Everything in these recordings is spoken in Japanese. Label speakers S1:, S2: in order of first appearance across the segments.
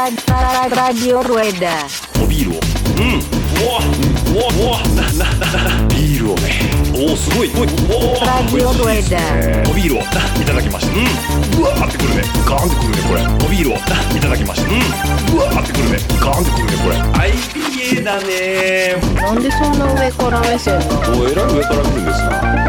S1: Radio Rueda.
S2: おビールをうんうわうわうわななななビールをねおおすごいおいお
S1: Radio
S2: お
S1: Rueda.
S2: おビールをないただきましたうんうわーってくるねガーンってくるねこれおビールをないただきましたうんうわーってくるねガーンってくるねこれ IPA だね
S3: なんでそんな上から目線なの
S2: おえらい上から来るんですな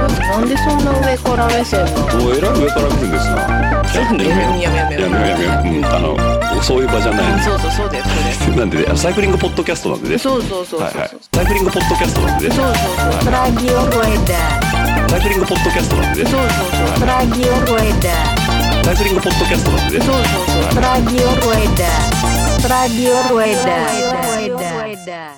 S3: なんでそんな上から目線なの
S2: おえらい上から来るんですなちょっとねやめようやめようやめようやめよううんあのそういう場じゃないです
S3: そうそうそうですそうです
S2: なんでねサイクリングポッドキャストなんでね
S3: そうそうそうそう
S2: はいはい
S3: そう
S2: サイクリングポッドキャストなんでね
S3: そうそう
S1: Radio Rueda.
S2: サイクリングポッドキャストなんでね
S3: そうそうそう
S1: Radio Rueda.
S2: サイクリングポッドキャストなんでね
S3: そうそうそう
S1: Radio Rueda. Radio Rueda. Radio Rueda.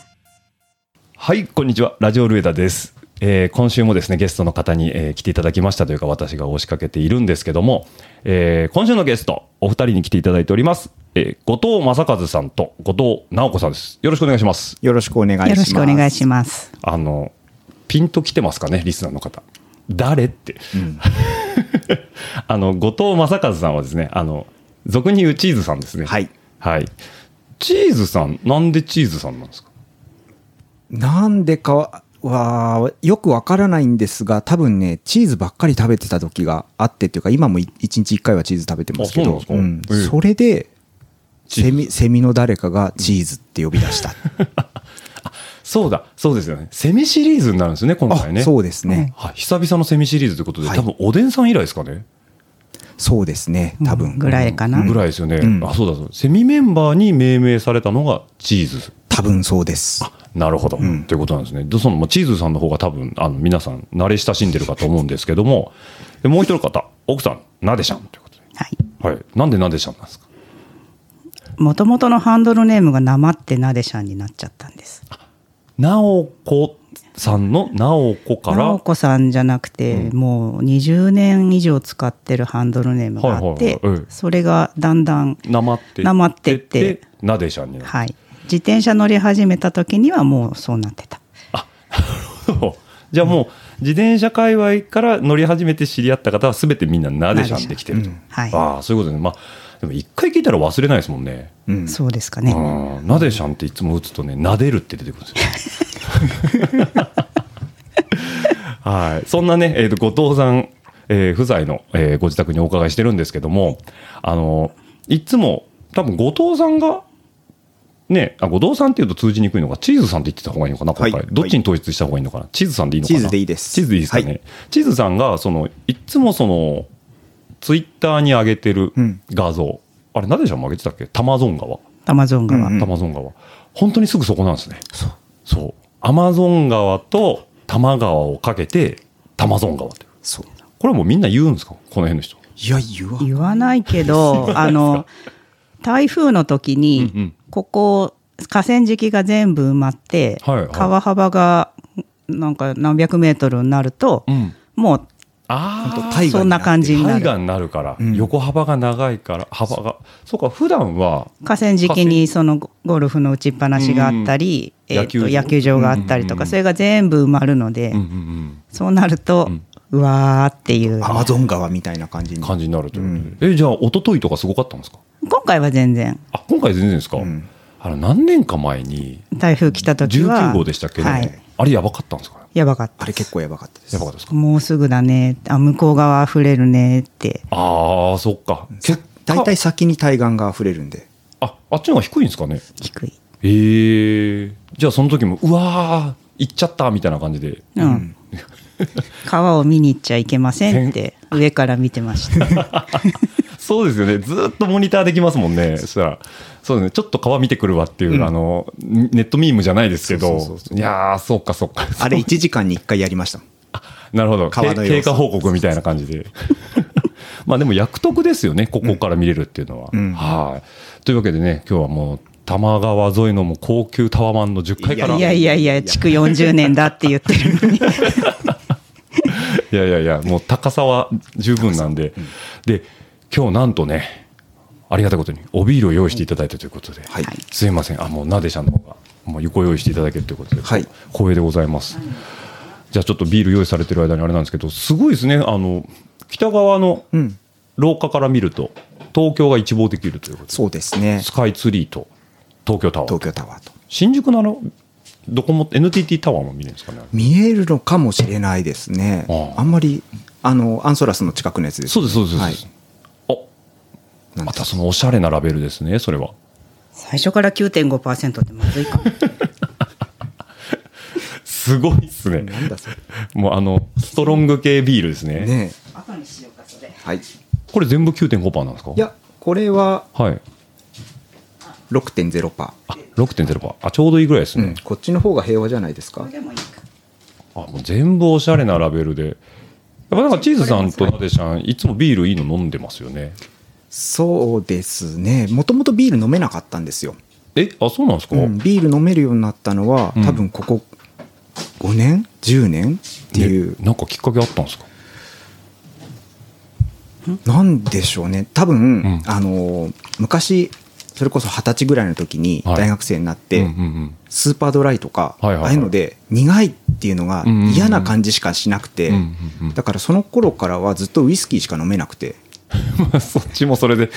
S4: はい、こんにちは。ラジオルエダです。えー今週もですね、ゲストの方に、えー来ていただきましたというか、私が押しかけているんですけども、えー今週のゲスト、お二人に来ていただいております。えー後藤正和さんと後藤直子さんです。よろしくお願いします。
S5: よろしくお願いします。
S6: よろしくお願いします。
S4: あの、ピンと来てますかね、リスナーの方。誰って。 あの、後藤正和さんはですね、あの、俗に言うチーズさんですね。
S5: はい。
S4: はい。チーズさん、なんでチーズさんなんですか
S5: なんでかは、よくわからないんですが、多分ね、チーズばっかり食べてた時があってっていうか、今もい一日一回はチーズ食べてますけど、
S4: あそうなんですかええ
S5: それで、
S4: チーズ
S5: セミ、セミの誰かがチーズって呼び出した。
S4: そうだ、そうですよね。セミシリーズになるんですよね、今回ね。
S5: あそうですね。
S4: はい、久々のセミシリーズということで、
S5: はい
S4: 多分おでんさん以来ですかね、
S5: そうですね、多分。
S6: ぐらいかな。
S4: ぐらいですよね、
S5: うん
S4: あそうだそうだセミメンバーに命名されたのがチーズ
S5: 多分そうです。
S4: なるほど、ということなんですねでそのまあチーズさんの方が多分あの皆さん慣れ親しんでるかと思うんですけどもでもう一人の方奥さんなでしゃんということで、
S6: はい。
S4: はい、なんでなでしゃんなんですか
S6: もともとのハンドルネームがなまってなでしゃんになっちゃったんです。
S4: なおこさんのなおこから
S6: なおこさんじゃなくて、もう20年以上使ってるハンドルネームがあって、
S4: はいはいはいええ
S6: それがだんだん、
S4: なまって
S6: なまってって
S4: なでしゃんになる、
S6: はい。自転車乗り始めた時にはもうそうなってた。
S4: そう じゃあもう自転車界隈から乗り始めて知り合った方は全てみんななでしゃんできてると、
S5: なでし
S6: ゃんうんはい
S4: ああそういうことねまあでも一回聞いたら忘れないですもんね、
S5: うん。
S6: そうですかね。
S4: うんなでしゃんっていつも打つとねなでるって出てくるんです よはいそんなね、えーと後藤さん、えー夫妻の、えーご自宅にお伺いしてるんですけどもあのいつも多分後藤さんがね、あ後藤さんっていうと通じにくいのがチーズさんって言ってた方がいいのかな今回、
S5: はい
S4: どっちに統一した方がいいのかなチーズさんでいいのかな
S5: チーズでいいです
S4: チーズでいいですかね、
S5: はい
S4: チーズさんがそのいっつもそのツイッターに上げてる
S5: うん
S4: 画像、あれなでしゃんも上げてたっけタマゾン川
S6: アマゾン川。
S5: うん
S4: タマゾン川、本当にすぐそこなんですねそうアマゾン川と多摩川をかけてタマゾン川って
S5: そう。
S4: これはもうみんな言うんですかこの辺の人
S5: いや、言わ
S6: 言わない けど、あの、台風の時に、
S4: うんうん
S6: ここ、河川敷が全部埋まって、
S4: はいはい
S6: 川幅が、なんか何百メートルになると、
S4: ん
S6: もう、
S4: あ
S5: 本当タイガー
S6: そんな感じにな
S4: 大
S6: る。
S4: 河になるから、
S5: うん
S4: 横幅が長いから幅がそうか普段は
S6: 河川敷にそのゴルフの打ちっぱなしがあったり、
S4: うん
S6: えー
S4: 野
S6: と
S4: 球場
S6: 野球場があったりとか、それが全部埋まるので、
S4: うんうん
S6: そうなると、うわーっていう。
S5: アマゾン川みたいな感じ
S4: うん
S5: に。
S4: 感じになるということで、えじゃあ一昨日とかすごかったんですか
S6: 今回は全然、
S4: あ今回全然ですか、
S5: ん
S4: あの何年か前に
S6: 台風来た時は。
S4: 19号でしたっけど、
S6: はい。
S4: あれやばかったんですか
S6: やばかった
S5: あれ
S6: です。
S5: 結構やばかったです。
S4: やばかったですか
S6: もうすぐだね。あ、向こう側溢れるねって。
S4: ああそっか結果
S5: 大体先に対岸が溢れるんで。
S4: ああっちの方が低いんですかね
S6: 低い。
S4: ええじゃあその時もうわー行っちゃったみたいな感じで
S6: うん。 川を見に行っちゃいけませんって、上から見てま した。
S4: そうですよねずーっとモニターできますもんねそしたらそうですねちょっと川見てくるわっていう、あのネットミームじゃないですけど
S5: そうそうそうそう
S4: いやーそうかそうか
S5: あれ1時間に1回やりましたもん。
S4: なるほど
S5: 川の
S4: け
S5: 様
S4: 経
S5: 子
S4: 過報告みたいな感じで まあでも役得ですよねここから見れるっていうのは、
S5: うん
S4: はいというわけでね今日はもう多摩川沿いのもう高級タワマンの10階から
S6: いやいやいや、築40年だって言って るのに。
S4: いやいやいや、もう高さは十分なんで、で、今日なんとね、ありがたいことに、おビールを用意していただいたということで、
S5: はい
S4: すいません、あもうなでしゃんの方が、もうご用意していただけるということで、
S5: はい
S4: 光栄でございます。じゃあ、ちょっとビール用意されてる間にあれなんですけど、すごいですね、あの北側の
S5: うん
S4: 廊下から見ると、東京が一望できるということで
S5: そうですね
S4: スカイツリーと東京タワー
S5: 東京タワーと
S4: 新宿のあのどこも NTT タワーも見れるんですかね
S5: 見えるのかもしれないですね
S4: ああ
S5: あんまりあのアンソラスの近くのやつです
S4: そうですそうです、
S5: はい
S4: お
S5: なん
S4: ま
S5: で
S4: たそのおしゃれなラベルですねそれは
S6: 最初から9.5%ってまずいかも。
S4: すごいっすね
S5: なんだそれ
S4: もうあのストロング系ビールですね
S5: ねえ
S6: 赤にしようか、それ。
S5: はいい
S4: これ全部9.5%なんですか
S5: やこれは
S4: はい
S5: 6.0%パ
S4: あ6.0%あちょうどいいぐらいです
S5: ー、う
S4: ね
S5: ん、、こっちの方が平和じゃないですか
S6: これでもいいか。
S4: あもう全部おしゃれなラベルでやっぱなんかチーズさんとなでしゃんいつもビールいいの飲んでますよね
S5: そうですねもともとビール飲めなかったんですよ、
S4: えあそうなんですか、
S5: うん、ビール飲めるようになったのは
S4: うん
S5: 多分ここ5年10年っていう
S4: えなんかきっかけあったんですか
S5: なんでしょうね多分、
S4: ん
S5: あの昔それこそ二十歳ぐらいの時に
S4: はい
S5: 大学生になって、
S4: うんうんうん
S5: スーパードライとか、
S4: はいはいはい
S5: ああいうので苦いっていうのが
S4: うんうんうん
S5: 嫌な感じしかしなくて、
S4: うんうんうん
S5: だからその頃からはずっとウイスキーしか飲めなくて
S4: まあ そっちもそれで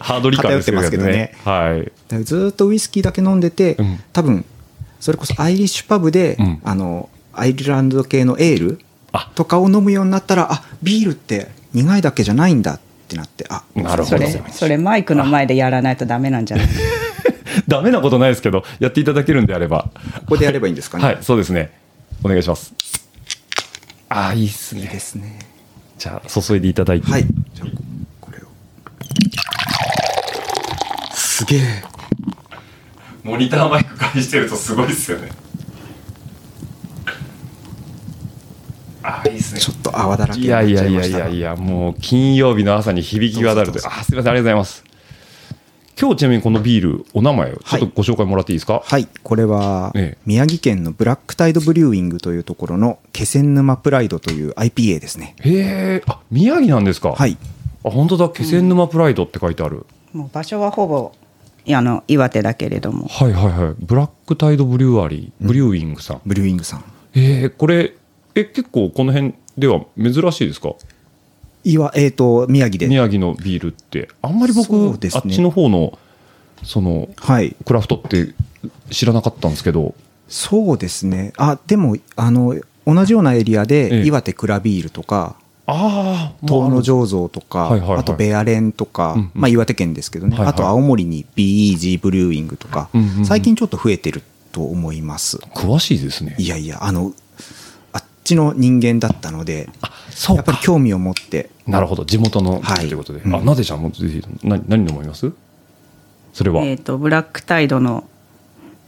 S4: ハードリカーですけどね
S5: 偏ってますけどね
S4: はい
S5: だからずっとウイスキーだけ飲んでて、
S4: うん
S5: 多分それこそアイリッシュパブで、
S4: うん
S5: あのアイルランド系のエール
S4: あ
S5: とかを飲むようになったらあビールって苦いだけじゃないんだってなってあ
S4: なるほ
S6: そ
S4: ど
S6: れ、それマイクの前でやらないとダメなんじゃない
S4: ダメなことないですけどやっていただけるんであれば
S5: ここでやればいいんですかね、
S4: はいそうですねお願いしますあーいいっす
S5: いいで
S4: ね
S5: すね
S4: じゃあ注いでいただいて、
S5: はいじゃあここれをすげえ
S4: モニターマイク返してるとすごいっすよねあーいいっすね
S5: ちょっと泡だらけ
S4: い
S5: に
S4: や
S5: なっ
S4: い
S5: ち
S4: や
S5: ゃい
S4: い
S5: ま
S4: や
S5: し
S4: い
S5: たが
S4: やいや、もう金曜日の朝に響き渡るとい
S5: どうぞど
S4: う
S5: うぞ
S4: あ、すみません、ありがとうございます。今日ちなみにこのビール、お名前をちょっとご紹介もらっていいですか。
S5: はいこれは
S4: ええ
S5: 宮城県のブラックタイドブリューイングというところの気仙沼プライドという IPA ですね
S4: へえ、あ、宮城なんですか。
S5: はい。
S4: あ、本当だ、気仙沼プライドって書いてある。
S6: もう場所はほぼいやあの岩手だけれども
S4: はいはいはい、ブラックタイドブリュワリー、ブリューイングさん。
S5: ブリューイングさん
S4: ええ、これ、え、結構この辺では珍しいですか。
S5: いわえっ、と宮城で
S4: 宮城のビールって、あんまり
S5: そう
S4: 僕、
S5: です
S4: あ
S5: ね
S4: っちの方の、その。
S5: はい
S4: クラフトって知らなかったんですけど。
S5: そうですねあでもあの同じようなエリア
S4: ええ
S5: で岩手蔵ビールとか
S4: ああ、
S5: 遠野醸造とか、
S4: はいはいはい
S5: あとベアレンとか、
S4: うんうん
S5: まあ、岩手県ですけどね、
S4: はいはい
S5: あと青森に BEG ブリューイングとか、
S4: うんうんうん
S5: 最近ちょっと増えてると思います
S4: 詳しいですね。
S5: いやいやあのあっちの人間だったので
S4: そう
S5: やっぱ
S4: か
S5: り興味を持って
S4: なるほど地元の
S5: はい
S4: ということで、
S5: うん
S4: あなでちゃんもぜひな何飲みますそれは、
S6: えっ、とブラックタイドの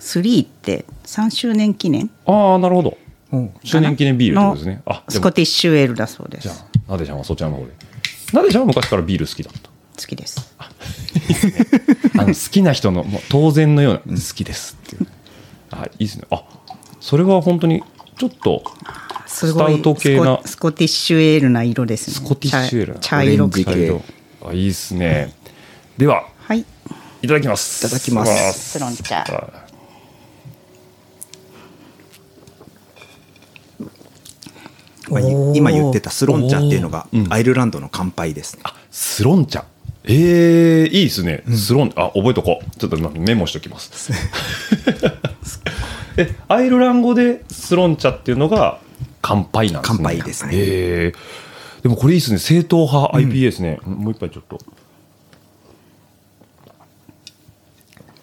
S6: 3って3周年記念
S4: ああなるほど
S5: うん
S4: 周年記念ビールってことですね
S6: の
S4: あで
S6: ス
S4: も
S6: コティッシュエールだそうで
S4: じ
S6: す
S4: ゃあなでちゃんはそちらの方でなでちゃんは昔からビール好きだった
S6: 好きです
S4: あの好きな人のもう当然のような好きですっていうあいいですねあそれは本当にちょっと
S6: す
S4: スタ
S6: ごい
S4: ウト系な
S6: スコスコティッシュエールな色ですね
S4: スコティッシュエールな
S6: 茶茶色く
S5: オレンジ
S6: て
S5: 系
S4: 茶色あいいですねでは
S6: はい
S4: いただきます
S5: いただきます
S6: スロン茶
S4: あ
S5: まあ
S6: おー
S5: 今言ってたスロン茶っていうのがアイルランドの乾杯ですね、
S4: スロン茶えー、いいですね、スロンあ覚えとこうちょっと今メモしておきます えアイルランド語でスロン茶っていうのが乾杯なんですね
S5: 乾杯ですね
S4: えーでもこれいいですね正統派 IPA ですね、もう一杯ちょっと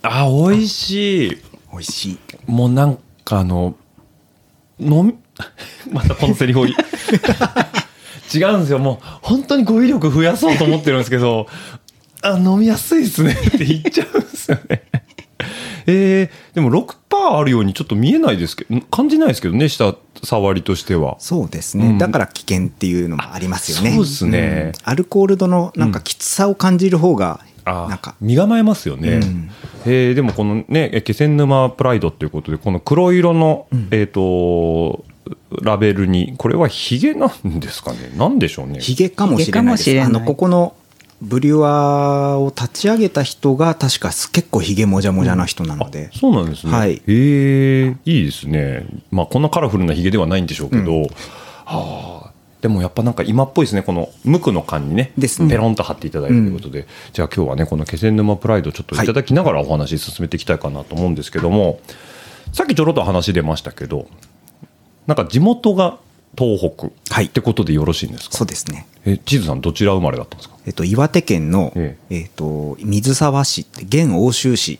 S4: あ美味しい
S5: 美味しい
S4: もうなんかあの飲み またこのセリフをい 違うんですよもう本当に語彙力増やそうと思ってるんですけど あ飲みやすいですね って言っちゃうんですよね えー、でも6%あるようにちょっと見えないですけど感じないですけどね下触りとしては
S5: そうです
S4: う
S5: ね、
S4: ん
S5: だから危険っていうのもありますよね
S4: あそうですね
S5: うんアルコール度のなんかきつさを感じる方が
S4: あー
S5: なんか、
S4: 身構えますよね、
S5: うん
S4: えーでもこのねえ気仙沼プライドっていうことでこの黒色の、えっ、とラベルにこれはヒゲなんですかねなんでしょうね
S5: ヒゲかもしれないです
S6: ヒゲかもしれない
S5: あのここのブリュワーを立ち上げた人が確かす結構ヒゲもじゃもじゃな人なので、
S4: そうなんですね、
S5: はい
S4: えーいいですねまあこんなカラフルなヒゲではないんでしょうけど、はあでもやっぱなんか今っぽいですねこの無垢の感にね
S5: ですね
S4: ペロンと貼っていただいたということで、じゃあ今日はねこの気仙沼プライドちょっといただきながらお話進めていきたいかなと思うんですけども、さっきちょろっと話出ましたけどなんか地元が東北
S5: はい
S4: ってことでよろしいんですか、
S5: そうですね。
S4: えチーズさんどちら生まれだったんですか
S5: えっと、岩手県の、
S4: え
S5: えっと、水沢市って、現奥州市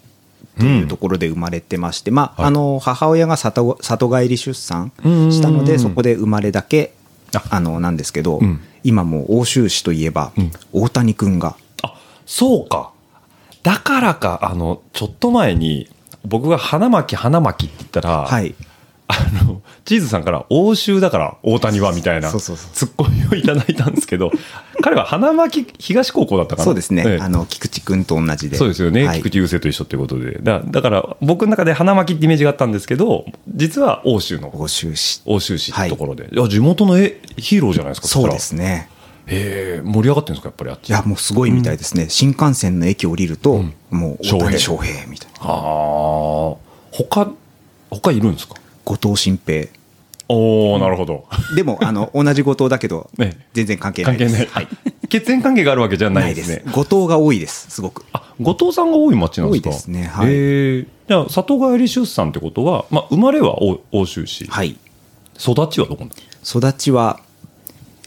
S5: というところで生まれてまして、まあ、
S4: はい
S5: あの、母親が里里帰り出産
S4: うんうんうんうん
S5: したので、そこで生まれだけ
S4: あ、
S5: あの、なんですけど
S4: うん、
S5: 今もう奥州市といえば
S4: うん、
S5: 大谷くんが、
S4: あそうかだからかあのちょっと前に僕が花巻花巻って言ったら、
S5: はい。
S4: あのチーズさんから欧州だから大谷はみたいな
S5: そうそうそう
S4: ツッコミをいただいたんですけど 彼は花巻東高校だったかな
S5: そうです
S4: え
S5: ね
S4: え。
S5: あの、菊池くんと同じで。
S4: そうですよね、
S5: はい
S4: 菊池雄星と一緒ってことでだだから僕の中で花巻ってイメージがあったんですけど実は欧州の
S5: 奥州市。
S4: 欧州市ってところで、いや地元のえヒーローじゃないですか
S5: そうです
S4: ね
S5: ね。
S4: へえ盛り上がってるんですかやっぱりあっち
S5: いや、もうすごいみたいですね。新幹線の駅降りると、もう、大谷
S4: 翔
S5: 翔平みたいな。
S4: ああ他他いるんですか
S5: 後藤新平。
S4: おおなるほど、
S5: でも、あの、同じ後藤だ けど
S4: ね、
S5: 全然関係な
S4: 関
S5: いで
S4: 係
S5: す。
S4: ない、 血縁関係があるわけじゃな
S5: ないい
S4: で
S5: です
S4: ね
S5: す。後藤が多いです、すごく。
S4: あ後藤さんが多い町なんですか
S5: 多いですねはい
S4: えーじゃあ里帰り出産ってことは、まあ、生まれはお奥州市、
S5: はい。
S4: 育ちはどこなんです
S5: 育ちは、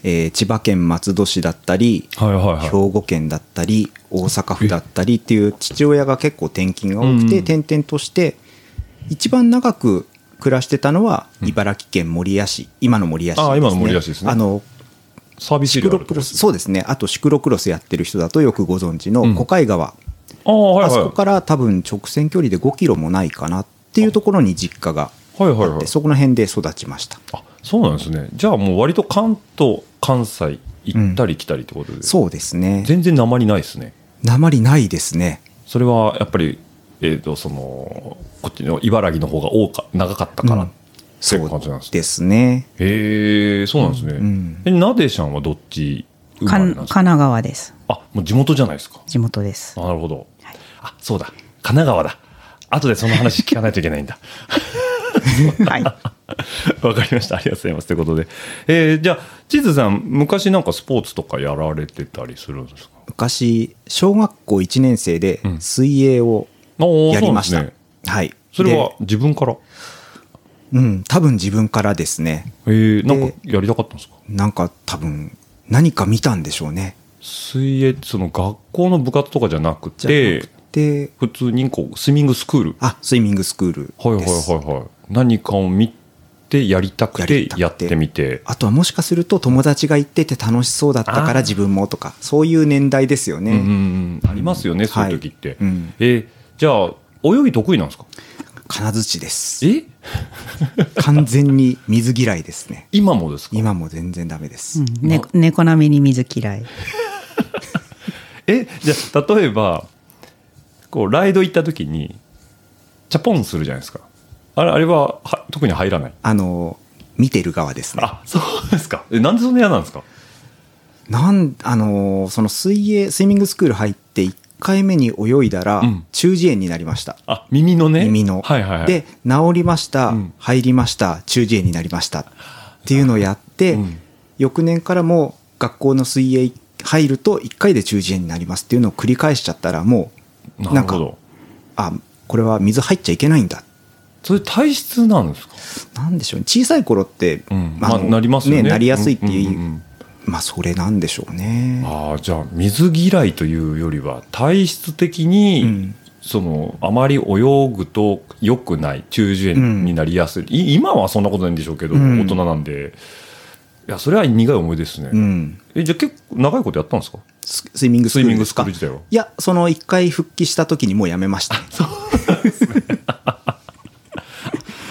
S5: えー千葉県松戸市だったり、
S4: かはいはいはい
S5: 兵庫県だったり、大阪府だったりっていう父親が結構転勤が多く
S4: うんう
S5: て、
S4: ん
S5: 転々として、一番長く暮らしてたのは、茨城県守谷市、今の守谷市です、ね。
S4: あ今の守谷市ですね
S5: あの、
S4: サービス
S5: シ
S4: エリ
S5: ク
S4: アあ
S5: ロ
S4: る
S5: クロス、そうですね。あとシクロクロスやってる人だとよくご存知の、小海川。
S4: ああはい
S5: あ
S4: はい
S5: そこから多分直線距離で5キロもないかなっていうところに実家が
S4: はいはい
S5: あっ
S4: はい
S5: て、そこの辺で育ちました。
S4: あそうなんですねじゃあもう割と関東関西行ったり来たりってことで、
S5: そうですね。
S4: 全然鉛ないですね
S5: 鉛ないですね。
S4: それはやっぱり、えー、とそのこっちの茨城の方が多か長かったから、
S5: う
S4: っ
S5: ん
S4: ていう
S5: そ
S4: 感じなんですね
S5: うですね。
S4: へえそうなんですね、
S5: ん
S4: えなでちゃんはどっち生ま
S6: か
S4: れなんんですか
S6: 神奈川です
S4: あもう地元じゃないですか
S6: 地元 です
S4: なるほど、
S6: い
S4: あそうだ神奈川だ後でその話聞かないといけないんだ
S6: はい
S4: わかりましたありがとうございますということで、えーじゃあチーズさん昔なんかスポーツとかやられてたりするんですか
S5: 昔、小学校1年生で
S4: うん
S5: 水泳を
S4: おー
S5: やりまし
S4: そう
S5: た
S4: なんですね。
S5: はい。
S4: それは自分から
S5: でうん、多分自分からですね。
S4: えー、なんかやりたかったんですか
S5: なんか多分、何か見たんでしょうね。
S4: 水泳その学校の部活とかじゃなく
S5: じゃ
S4: て
S5: なくて、
S4: 普通にこうスイミングスクール
S5: あ、スイミングスクールです。
S4: はいはいはいはい何かを見てやりたく
S5: や
S4: て
S5: りたくて
S4: やってみて
S5: あとはもしかすると友達が行ってて楽しそうだった
S4: あ
S5: か
S4: ー
S5: ら自分もとか、そういう年代ですよね。
S4: うんうんうんありますよね、
S5: うん
S4: そういう時って、
S5: はいうん
S4: えーじゃあ泳ぎ得意なんですか
S5: 金槌です。
S4: え
S5: 完全に水嫌いですね。
S4: 今もですか
S5: 今も全然ダメです。
S6: うんね猫並みに水嫌い
S4: えじゃあ例えばこうライド行った時にチャポンするじゃないですかあれあれはは特に入らない
S5: あの、見てる側ですね。
S4: あそうですかえなんでそんな嫌なんですか
S5: なん、あの、その水泳、スイミングスクール入って1回目に泳いだら
S4: うん、
S5: 中耳炎になりました。
S4: あ耳のね
S5: 耳の。
S4: はいはいはい
S5: で、治りました、
S4: うん
S5: 入りました、中耳炎になりました。っていうのをやって、
S4: うん
S5: 翌年からも学校の水泳入ると1回で中耳炎になりますっていうのを繰り返しちゃったら、もう、
S4: なるほ
S5: んか
S4: ど
S5: あ、これは水入っちゃいけないんだ。
S4: それ体質なんですか、なん
S5: でしょうね。小さい頃って、
S4: うん
S5: あ
S4: まあ、
S5: の
S4: なりますよね
S5: なりやすいっていう、
S4: んんんん
S5: まあ、それなんでしょうね。
S4: ああじゃあ水嫌いというよりは体質的に、
S5: うん
S4: そのあまり泳ぐと良くない中耳炎になりやすい,い、今はそんなことないんでしょうけど、
S5: うん
S4: 大人なんでいやそれは苦い思いですね、
S5: うん。
S4: えじゃあ結構長いことやったんですか
S5: ススイミング
S4: ス
S5: スク
S4: イ
S5: ー
S4: ミ
S5: ル
S4: ン
S5: で
S4: グス
S5: す
S4: ク
S5: か
S4: ール自体はい
S5: や、その一回復帰した時にもうやめました。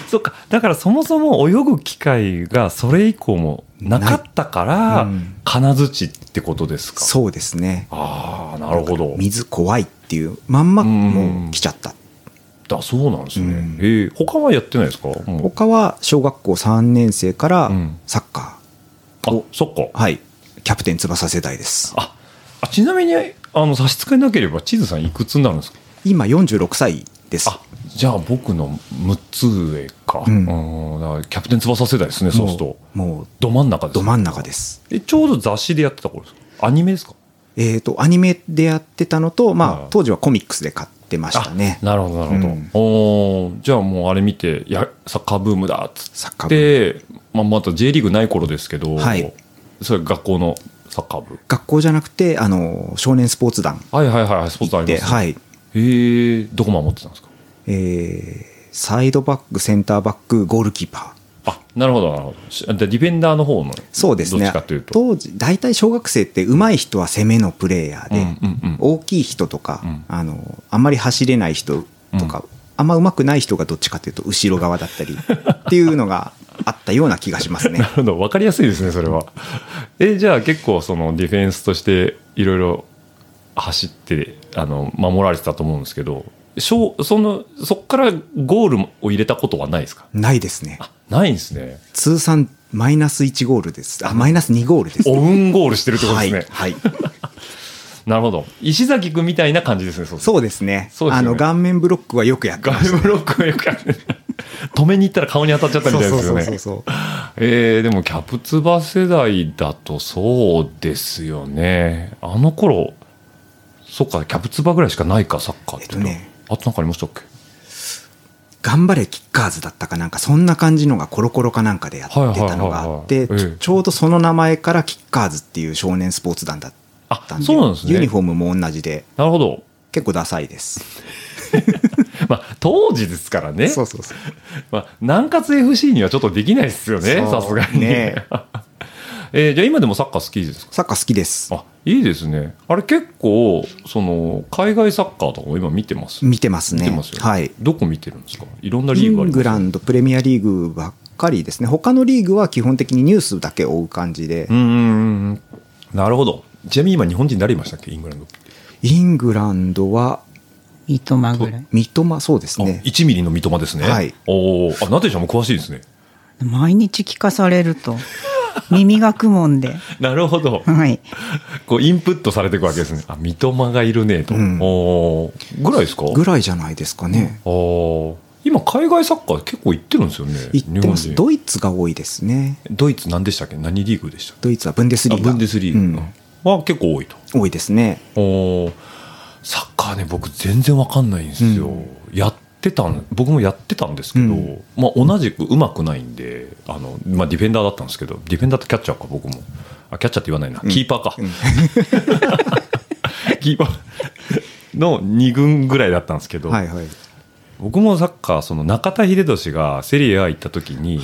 S4: そっかだからそもそも泳ぐ機会がそれ以降もなかったから、
S5: ないうん
S4: 金槌ってことですか
S5: そうですね。
S4: ああなるほど
S5: 水怖いっていうまんま
S4: うん
S5: もう来ちゃった。
S4: だそうなんですね、
S5: うん
S4: えー他はやってないですかもう
S5: 他は小学校3年生から
S4: うん
S5: サッカ
S4: あ
S5: ーを、
S4: そっか
S5: はい、キャプテン翼世代です。
S4: ああちなみにあの差し支えなければチーズさんいくつになるんですか
S5: 今46歳です。
S4: あじゃあ僕の6つ上か、う
S5: うん
S4: ん、だからキャプテン翼世代ですねそうすると
S5: もうもう
S4: ど真ん中です
S5: ど真ん中です
S4: えちょうど雑誌でやってた頃ですかアニメですか
S5: えっ、とアニメでやってたのと、ま
S4: うん
S5: あ、当時はコミックスで買ってましたね
S4: あなるほどなるほど、
S5: うん
S4: おーじゃあもうあれ見てやサッカーブームだっつって
S5: サッカー部
S4: まあ、また J リーグない頃ですけど、
S5: はい
S4: それ学校のサッカー部
S5: 学校じゃなくてあの少年スポーツ団
S4: はいはいはいスポーツあり
S5: で、
S4: ますね、
S5: はい
S4: へえどこ守ってたんですか
S5: えーサイドバックセンターバックゴールキーパー
S4: あなるほどなるほどしでディフェンダーの方の
S5: そうです
S4: どっ
S5: ね
S4: ちかというと
S5: 当時大体小学生って上手い人は攻めのプレーヤーで、
S4: うんうんうん
S5: 大きい人とか、
S4: ん
S5: あのあんまり走れない人とか、あんま上手くない人がどっちかというと後ろ側だったりっていうのがあったような気がしま すね
S4: なるほど分かりやすいですねそれは えじゃあ結構そのディフェンスとしていろいろ走ってあの守られてたと思うんですけどしょうそのそこからゴールを入れたことはないですか
S5: ないですね
S4: あないんですね
S5: 通算マイナス1ゴールですあマイナス2ゴールです
S4: オウンゴールしてるってこと
S5: は
S4: で
S5: い
S4: すね、
S5: はい、
S4: なるほど石崎君みたいな感じですねそう
S5: そうですね
S4: そうですよ
S5: あ
S4: ね
S5: の顔面ブロックはよくやって
S4: ガ
S5: ま
S4: イ
S5: した
S4: ブロックがよくある止めに行ったら顔に当たっちゃったみたいですよね
S5: そうそうそうそう
S4: えー、でもキャプツバ世代だとそうですよねあの頃そっかキャプツバぐらいしかないかサッカーって、
S5: えっとね
S4: あとなんかありましたっけ
S5: 頑張れキッカーズだったかなんかそんな感じのがコロコロかなんかでやってたのがあっ
S4: はい
S5: て
S4: はいはいはいええ
S5: ちょうどその名前からキッカーズっていう少年スポーツ団だった
S4: あ
S5: んで
S4: そうなんですね
S5: ユニフォームも同じで
S4: なるほど
S5: 結構ダサいです
S4: まあ当時ですからね、
S5: そうそうそう
S4: まあ、南葛 FC にはちょっとできないですよね
S5: そ
S4: さ
S5: う
S4: すがに
S5: ね
S4: えーじゃあ今でもサッカー好きですか
S5: サッカー好きです
S4: あいいですねあれ結構その海外サッカーとかも今見てます
S5: 見てます
S4: 見て
S5: ね
S4: ますよ、
S5: はい
S4: どこ見てるんですかいろんなリ
S5: イ
S4: ーグあり
S5: ン
S4: ます
S5: グランドプレミアリーグばっかりですね他のリーグは基本的にニュースだけ追う感じで
S4: うんうんうんなるほどちなみに今日本人誰いましたっけイングランド
S5: イングランドは
S6: 三笘ぐらい。
S5: 三笘そうですね
S4: 1ミリの三笘ですね
S5: はい
S4: おおあなでちゃんも詳しいですね
S6: 毎日聞かされると。耳がくもんで。
S4: なるほど
S6: はい。
S4: こうインプットされていくわけですねあ三笘がいるねと、
S5: うん
S4: おおぐらいですか
S5: ぐらいじゃないですかね
S4: おお今海外サッカー結構行ってるんですよね
S5: 行ってます
S4: 日本人ド
S5: ドイツが多いですね
S4: イツ何でしたっけ何リーグでしたっ
S5: ドイツはブンデス
S4: けあ
S5: リーガ
S4: ブンデスリ
S5: う
S4: ーグ
S5: ん
S4: は結構多いと
S5: 多いですね
S4: おーサッカーね僕全然わかんないんですよ、
S5: うん
S4: やってたん僕もやってたんですけど、
S5: うん
S4: まあ、同じくうまくないんであの、まあ、ディフェンダーだったんですけどディフェンダーとキャッチャーか僕もあキャッチャーって言わないな、キーパーか、 キーパー の2軍ぐらいだったんですけど、
S5: はいはい
S4: 僕もサッカーその中田英寿がセリエ A 行った時に、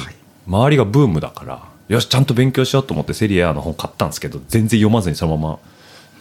S4: 周りがブームだからよしちゃんと勉強しようと思ってセリエ A の本買ったんですけど全然読まずにそのまま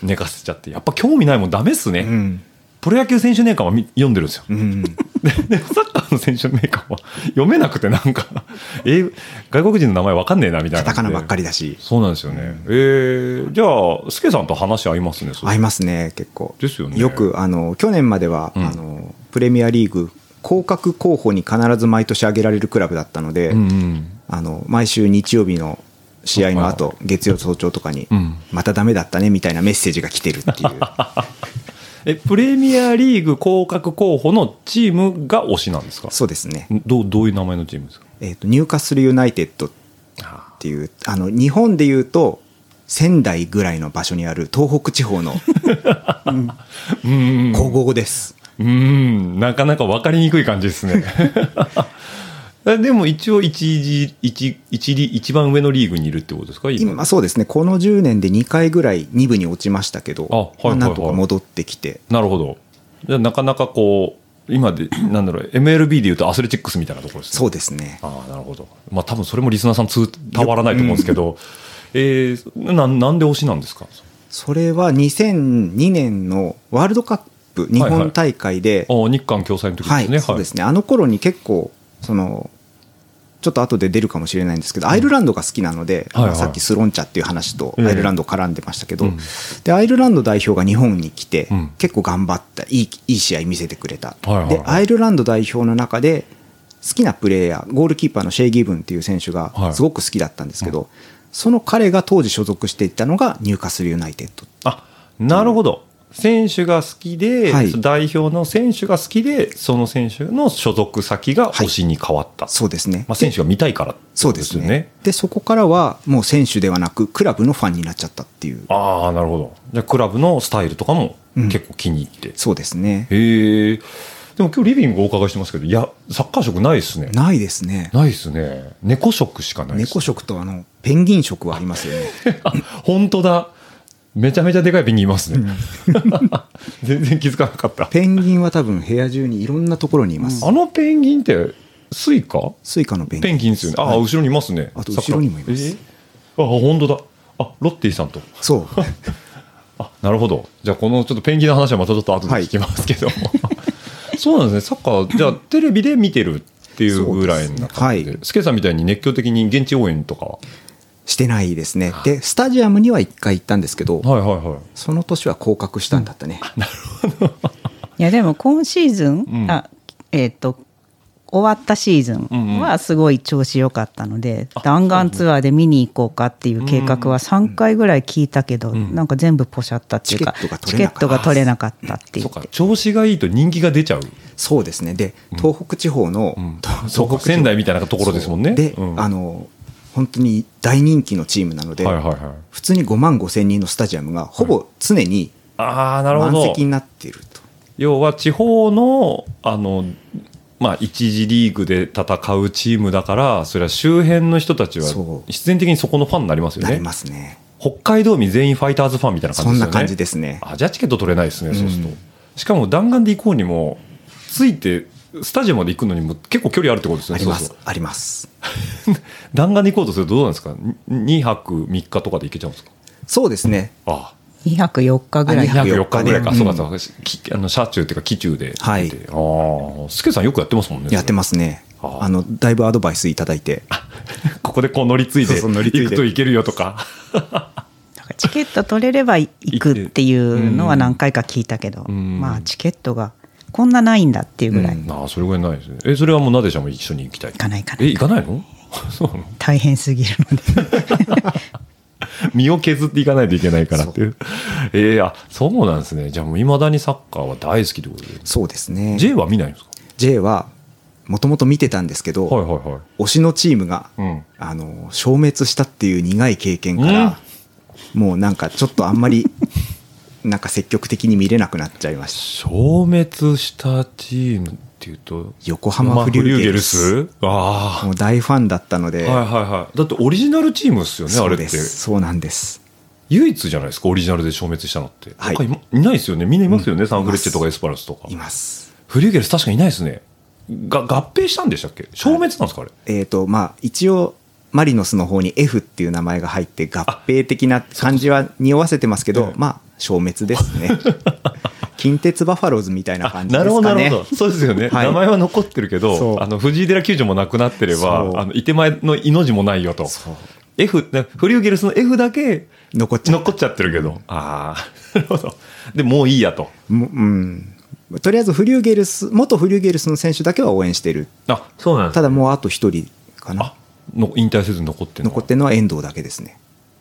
S4: 寝かせちゃってやっぱ興味ないもんダメっすね、
S5: うん
S4: プロ野球選手年間はみ読んでるんですよ
S5: うん
S4: で でもサッカーの選手名鑑は 読めなくてなんか 英外国人の名前わかんねえなみたいな
S5: カタカナばっか
S4: り
S5: りだし
S4: そうなんですよね、えー、じゃあスケさんと話合いますねそれ
S5: 合いますね結構
S4: ですよね
S5: くあの去年までは、
S4: うん
S5: あのプレミアリーグ降格候補に必ず毎年挙げられるクラブだったので、
S4: うんうん
S5: あの毎週日曜日の試合の後、月曜早朝とかに、
S4: うん
S5: またダメだったねみたいなメッセージが来てる っていう
S4: えプレミアリーグ降格候補のチームが推しなんですか
S5: そうですね、
S4: どうどういう名前のチームですか
S5: えー、とニューカッスルユナイテッドっていうあの日本でいうと仙台ぐらいの場所にある東北地 方の
S4: うん
S5: 古豪です、
S4: うんなかなか分かりにくい感じです ね えでも一応一時一一リ一番上のリーグにいるってことですか今
S5: 今そうですねこの10年で2回ぐらい2部に落ちましたけど
S4: あはいはいはい
S5: まあなんとか戻ってきて
S4: なるほどじゃあなかなかこう今でなんだろう MLB でいうとアスレチックスみたいなところですね
S5: そうですね
S4: ああなるほどまあ多分それもリスナーさん通たわらないと思うんですけど、えー、ななんで推しなんですか
S5: それは2002年のワールドカップ日本大会で
S4: ああ日韓共催の時
S5: はい、
S4: ですね、
S5: そうですね、あの頃に結構そのちょっと後で出るかもしれないんですけど、アイルランドが好きなので、
S4: はいはい
S5: まあさっきスロンチャっていう話と
S4: ええ
S5: アイルランド絡んでましたけど、
S4: うん
S5: でアイルランド代表が日本に来て、
S4: うん
S5: 結構頑張ったいいいい試合見せてくれた、
S4: はいはいはい
S5: でアイルランド代表の中で好きなプレーヤーゴールキーパーのシェイ・ギブンっていう選手
S4: は
S5: が
S4: い
S5: すごく好きだったんですけど、その彼が当時所属していたのがニューカッスル・ユナイテッド
S4: あなるほど、選手が好きで、
S5: はい
S4: 代表の選手が好きで、その選手の所属先が推しに変わった。
S5: そうですね
S4: まあ、選手が見たいからってこと
S5: そうですね。で、そこからはもう選手ではなく、クラブのファンになっちゃったっていう。
S4: ああ、なるほど。じゃあ、クラブのスタイルとかも結構気に入って。
S5: そうですね。
S4: へえ。でも今日リビングお伺いしてますけど、いや、サッカー色ないですね。
S5: ないですね。
S4: ないですね。猫色しかないです
S5: 猫。食とあの、ペンギン食はありますよ ね。
S4: 本当だ。めちゃめちゃでかいペンギンいます ね。全然気づかなかった。
S5: ペンギンは多分部屋中にいろんなところにいます。
S4: あのペンギンって、スイカ
S5: スイカのペンギン。
S4: ペンギンですよね。ああ、
S5: はい
S4: 後ろにいますね。
S5: あと
S4: 桜
S5: 後ろにもいます
S4: えーああ、本当だ。あ、ロッティさんと。
S5: そう。
S4: あ、なるほど。じゃあ、このちょっとペンギンの話はまたちょっと後で聞きますけども。 そうなんですね。サッカー、じゃあ、テレビで見てるっていうぐらいな感じ
S5: そうですねは
S4: で。スケさんみたいに熱狂的に現地応援とかは。
S5: してないですね。で、スタジアムには一回行ったんですけど、
S4: はいはいはい。
S5: その年は降格したんだったね。
S6: いやでも今シーズン、
S4: うん
S6: あえっ、と終わったシーズ
S4: うんうん
S6: ンはすごい調子良かったので、弾丸ツアーで見に行こうかっていう計画は3回ぐらい聞いたけど、
S4: ん
S6: なんか全部ポシャったっていうか
S5: チケットが取
S6: チ
S5: れ
S6: ケ
S5: なかった
S6: ットが取れなかったってい
S4: そううか、調子がいいと人気が出ちゃう。
S5: そうですね。で、東北地方の、
S4: そうか、仙台みたいなところですもんね。
S5: で、
S4: うん
S5: あの、本当に大人気のチームなので、
S4: はいはいはい。
S5: 普通に5万5千人のスタジアムがほぼ常に
S4: ああ、なるほ
S5: 満
S4: ど。
S5: 席になっていると。
S4: 要は地方のあの、まあ、一次リーグで戦うチームだからそれは周辺の人たちは
S5: そう
S4: 必然的にそこのファンになりますよ
S5: な
S4: ね
S5: りますね。
S4: 北海道民全員ファイターズファンみたいな感じで
S5: そ
S4: す
S5: ん
S4: よ
S5: な
S4: ね
S5: 感じですね。
S4: あじゃあチケット取れないですね、そうすると
S5: うん
S4: しかも弾丸で行こうにもついてスタジオまで行くのにも結構距離あるってことです
S5: あ
S4: ね
S5: ります、
S4: そうそう
S5: あります。
S4: 弾丸で行こうとするとどうなんですか2泊3日とかで行けちゃうんですか
S5: そうですね。
S4: ああ
S6: 2泊4日ぐらい
S5: あ
S4: 2
S5: 204
S4: 0日ぐらいか、
S5: うん
S4: そうかそうかきあの車中っていうか機中で
S5: はい
S4: 出てああスケさんよくやってますもんね
S5: やって
S4: す
S5: ますね。
S4: あ
S5: あの、だいぶアドバイスいただいて。
S4: ここでこう乗り継いで
S5: そうそう乗り継いで
S4: 行くといけるよとか
S6: だからチケット取れればい行くっていうのは何回か聞いたけど、
S4: ん
S6: まあチケットがこんなないんだっていうぐらい、
S5: うん
S4: なあそれぐらいないですねえそれはもうなでちゃんも一緒に行きたい
S6: 行かない行かな
S4: え
S6: い
S4: 行かないの そうなの
S6: 大変すぎるので
S4: 身を削っていかないといけないからっていうえー、あそうなんですねじゃあもういまだにサッカーは大好きってことで
S5: そうですね。
S4: J は見ないんですか
S5: J は、もともと見てたんですけど、
S4: はいはいはい
S5: 推しのチームが、
S4: うん
S5: あの、消滅したっていう苦い経験から、もうなんかちょっとあんまり、 なんか積極的に見れなくなっちゃいました。
S4: 消滅したチームっていうと
S5: 横浜フリューゲル
S4: まあフ
S5: ス。
S4: リューゲルスああ
S5: もう大ファンだったので、
S4: はいはいはい。だってオリジナルチームですよね、あ
S5: そう
S4: れって
S5: で。す。そうなんです。
S4: 唯一じゃないですか、オリジナルで消滅したのって。
S5: はい
S4: 他いまいないですよね。みんないますよね、サンフレッチェとか
S5: い
S4: エスパルスとか
S5: い。ます。
S4: フリューゲルス確かいないですね。が合併したんでしたっけ消滅なんですか、あれ。
S5: えっ、と、まあ、一応、マリノスの方に F っていう名前が入って合併的な感じは匂わせてますけど、まあ、消滅です ね。近鉄バファローズみたいな感じです
S4: な
S5: か
S4: る
S5: ね。
S4: ほど、なるほど。 そうですよね。
S5: はい
S4: 名前は残ってるけ
S5: そう
S4: ど、あの、藤井寺球場もなくなってれ
S5: そう
S4: ば、あの、いて前のいの字もないよと。
S5: そう
S4: F、ねフリューゲルスの F だけ
S5: 残っちゃった
S4: 残っちゃってるけど。あ あ、なるほど。で、もういいやと。
S5: もうん。とりあえず、フリューゲルス、元フリューゲルスの選手だけは応援してる。
S4: あ、そうなんです
S5: ただもうあと一人かな
S4: あ。、の引退せずに残ってるの
S5: 残ってるのは遠藤だけですね。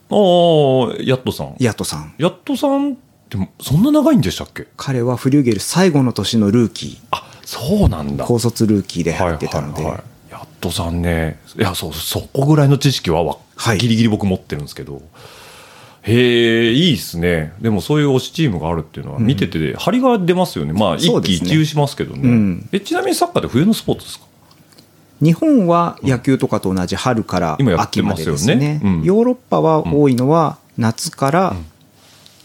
S4: ああ、やっとさん。
S5: ヤトさん。
S4: やっとさんって、そんな長いんでしたっけ
S5: 彼はフリューゲルス最後の年のルーキ
S4: あ、そうなんだ。
S5: ー、高卒ルーキーで
S4: はい
S5: 入ってたので、
S4: はいはい、やっとさんね、いや、そう、そこぐらいの知識はわ、
S5: はい
S4: ギリギリ僕持ってるんですけど。へえ、いいですね。でもそういう推しチームがあるっていうのは見てて、張りが出ますよね。まあ、一
S5: そうで
S4: 喜
S5: すね
S4: 一憂しますけどね。
S5: うん
S4: えちなみにサッカーで冬のスポーツですか
S5: 日本は野球とかと同じ春から
S4: 今やって
S5: 秋
S4: ま
S5: ますで
S4: よね
S5: ですね。
S4: うん
S5: ヨーロッパは多いのは夏から、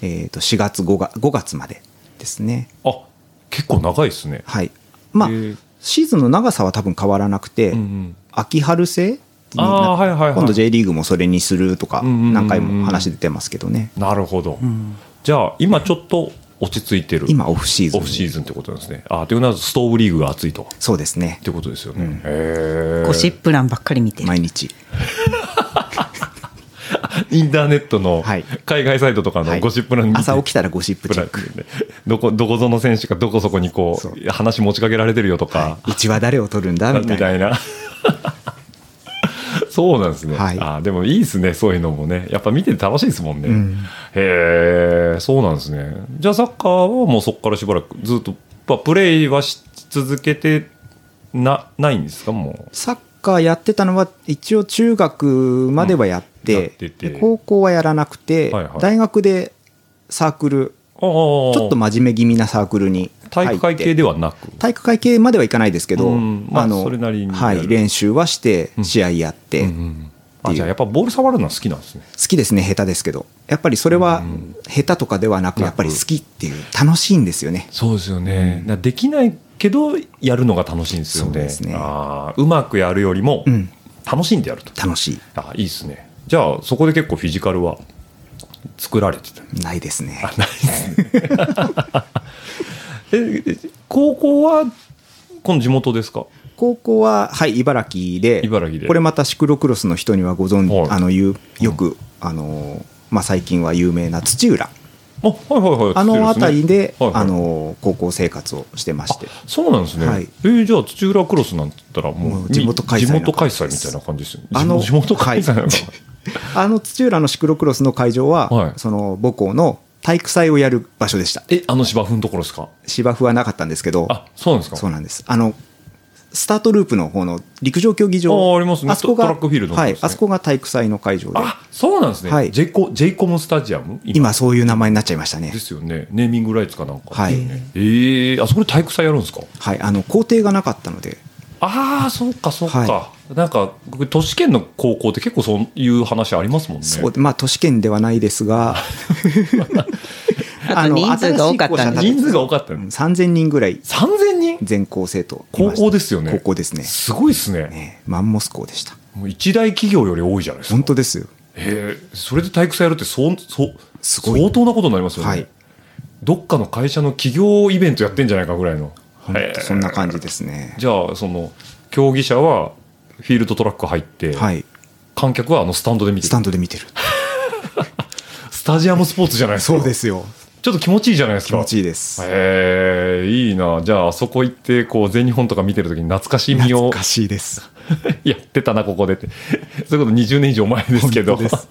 S5: えー、と4月5月、5月までですね。
S4: あ、結構長いですね。
S5: はい。まあ
S4: へー、
S5: シーズンの長さは多分変わらなくて、
S4: うんうん
S5: 秋春制に
S4: あーはいはいはい
S5: 今度 J リーグもそれにするとか
S4: んうんうんうん
S5: 何回も話出てますけどね
S4: なるほど。じゃあ、今ちょっと落ち着いてる。
S5: 今オフシーズン
S4: オフシーズンってことなんですね。あというのはストーブリーグが熱いと。っ
S5: そうですね
S4: てことですよね。
S5: うん
S4: へえ
S6: ゴシップ欄ばっかり見てる
S5: 毎日
S4: インターネットの
S5: はい
S4: 海外サイトとか
S5: は
S4: の
S5: い
S4: ゴシップ欄に、
S5: 朝起きたらゴシップチェック
S4: どこどこぞの選手がどこそこにこ
S5: そう
S4: う話持ちかけられてるよとか、
S5: うちは誰を取るんだみた
S4: み
S5: いな
S4: たいな。 そうなんですね。
S5: はい
S4: あでもいいですね、そういうのもね。やっぱ見てて楽しいですもんね。
S5: うん
S4: へえ、そうなんですね。じゃあサッカーはもうそこからしばらくずっと、まあ、プレイはし続けてなないんですか、もう。
S5: サッカーやってたのは一応中学まではやっ
S4: うんや
S5: て,、
S4: ってて
S5: で高校はやらなくて、
S4: はいはい
S5: 大学でサークル
S4: ああ、ちょ
S5: ちょっと真面目気味なサークルに入っ
S4: 体
S5: て
S4: 育会系ではなく。
S5: 体育会系まではいかないですけど、
S4: うんまあそれなりにやる
S5: はい、練習はして試合やって、
S4: うんうんあじゃあやっぱボール触るのは好きなんですね。
S5: 好きですね下手ですけどやっぱりそれは下手とかではなくやっぱり好きっていう楽しいんですよね
S4: そうですよね。だからできないけどやるのが楽しいんですよね。
S5: そうですね
S4: あーうまくやるよりも
S5: うん
S4: 楽しんでやると。
S5: 楽し
S4: あいいですねじゃあそこで結構フィジカルは作られてた
S5: いないですね
S4: あないですねええ高校はこの地元ですか
S5: 高校ははい茨城で
S4: 茨城で
S5: これまたシクロクロスの人にはご存知、
S4: はい
S5: あの言うよく、あのまあ、最近は有名な土浦
S4: あはいはいはい
S5: あの辺りで、
S4: はいはい
S5: あの高校生活をしてまして
S4: そうなんですね、
S5: はい
S4: えーじゃあ土浦クロスなんて言ったらもう
S5: もう地元開催
S4: 地
S5: な
S4: 元開
S5: 感じ
S4: 催
S5: で
S4: みた
S5: す
S4: いな感じですよね
S5: あの
S4: 地元開催なのかな
S5: あの土浦のシクロクロスの会場は、
S4: はい
S5: その母校の体育祭をやる場所でした
S4: えあの芝生のところですか
S5: 芝生はなかったんですけど
S4: あそうなんですか
S5: そうなんです。あの、スタートループの方の陸上競技
S4: あー
S5: 場。
S4: ありますね
S5: そこが、
S4: トラックフィールドの方
S5: は
S4: で
S5: い
S4: すね。
S5: あそこが体育祭の会場で。
S4: あそうなんですね、
S5: はい
S4: ジェイコジェイコムスタジアム
S5: 今そういう名前になっちゃいましたね
S4: で。すよねネーミングライツかなんか、
S5: はい
S4: えー、あそこで体育祭やるんですか
S5: はい。あの、校庭がなかったので。
S4: ああそうかそうか、
S5: は
S4: なんか都市圏の高校って結構そういう話ありますもんね
S5: そうでまあ、都市圏ではないですが、
S6: あと人数が多かったんで
S4: 人数が多かった
S5: う
S4: の、
S5: ん3000人ぐらい、
S4: 3000人
S5: 全校生徒い
S4: 高
S5: ました。
S4: 校ですよね
S5: 高校ですね。
S4: すごいですね
S5: ねマンモス校でした。
S4: もう一大企業より多いじゃないですか
S5: 本当ですよ。
S4: へえそれで体育祭やるってそうそう
S5: すごい
S4: 相当なことになりますよね、
S5: はい
S4: どっかの会社の企業イベントやってんじゃないかぐらいの
S5: 本当そんな感じですね。
S4: じゃあその競技者はフィールドトラック入って、
S5: はい。
S4: 観客はあのスタンドで見て
S5: ス
S4: る
S5: タンドで見てる。
S4: スタジアムスポーツじゃないですか
S5: そうですよ。
S4: ちょっと気持ちいいじゃないですか
S5: 気持ちいいです。
S4: へえいいなじゃああそこ行ってこう全日本とか見てる時に懐かしみ
S5: 懐
S4: を
S5: かしいです。
S4: やってたなここでってそういうこと20年以上前ですけど
S5: 本当です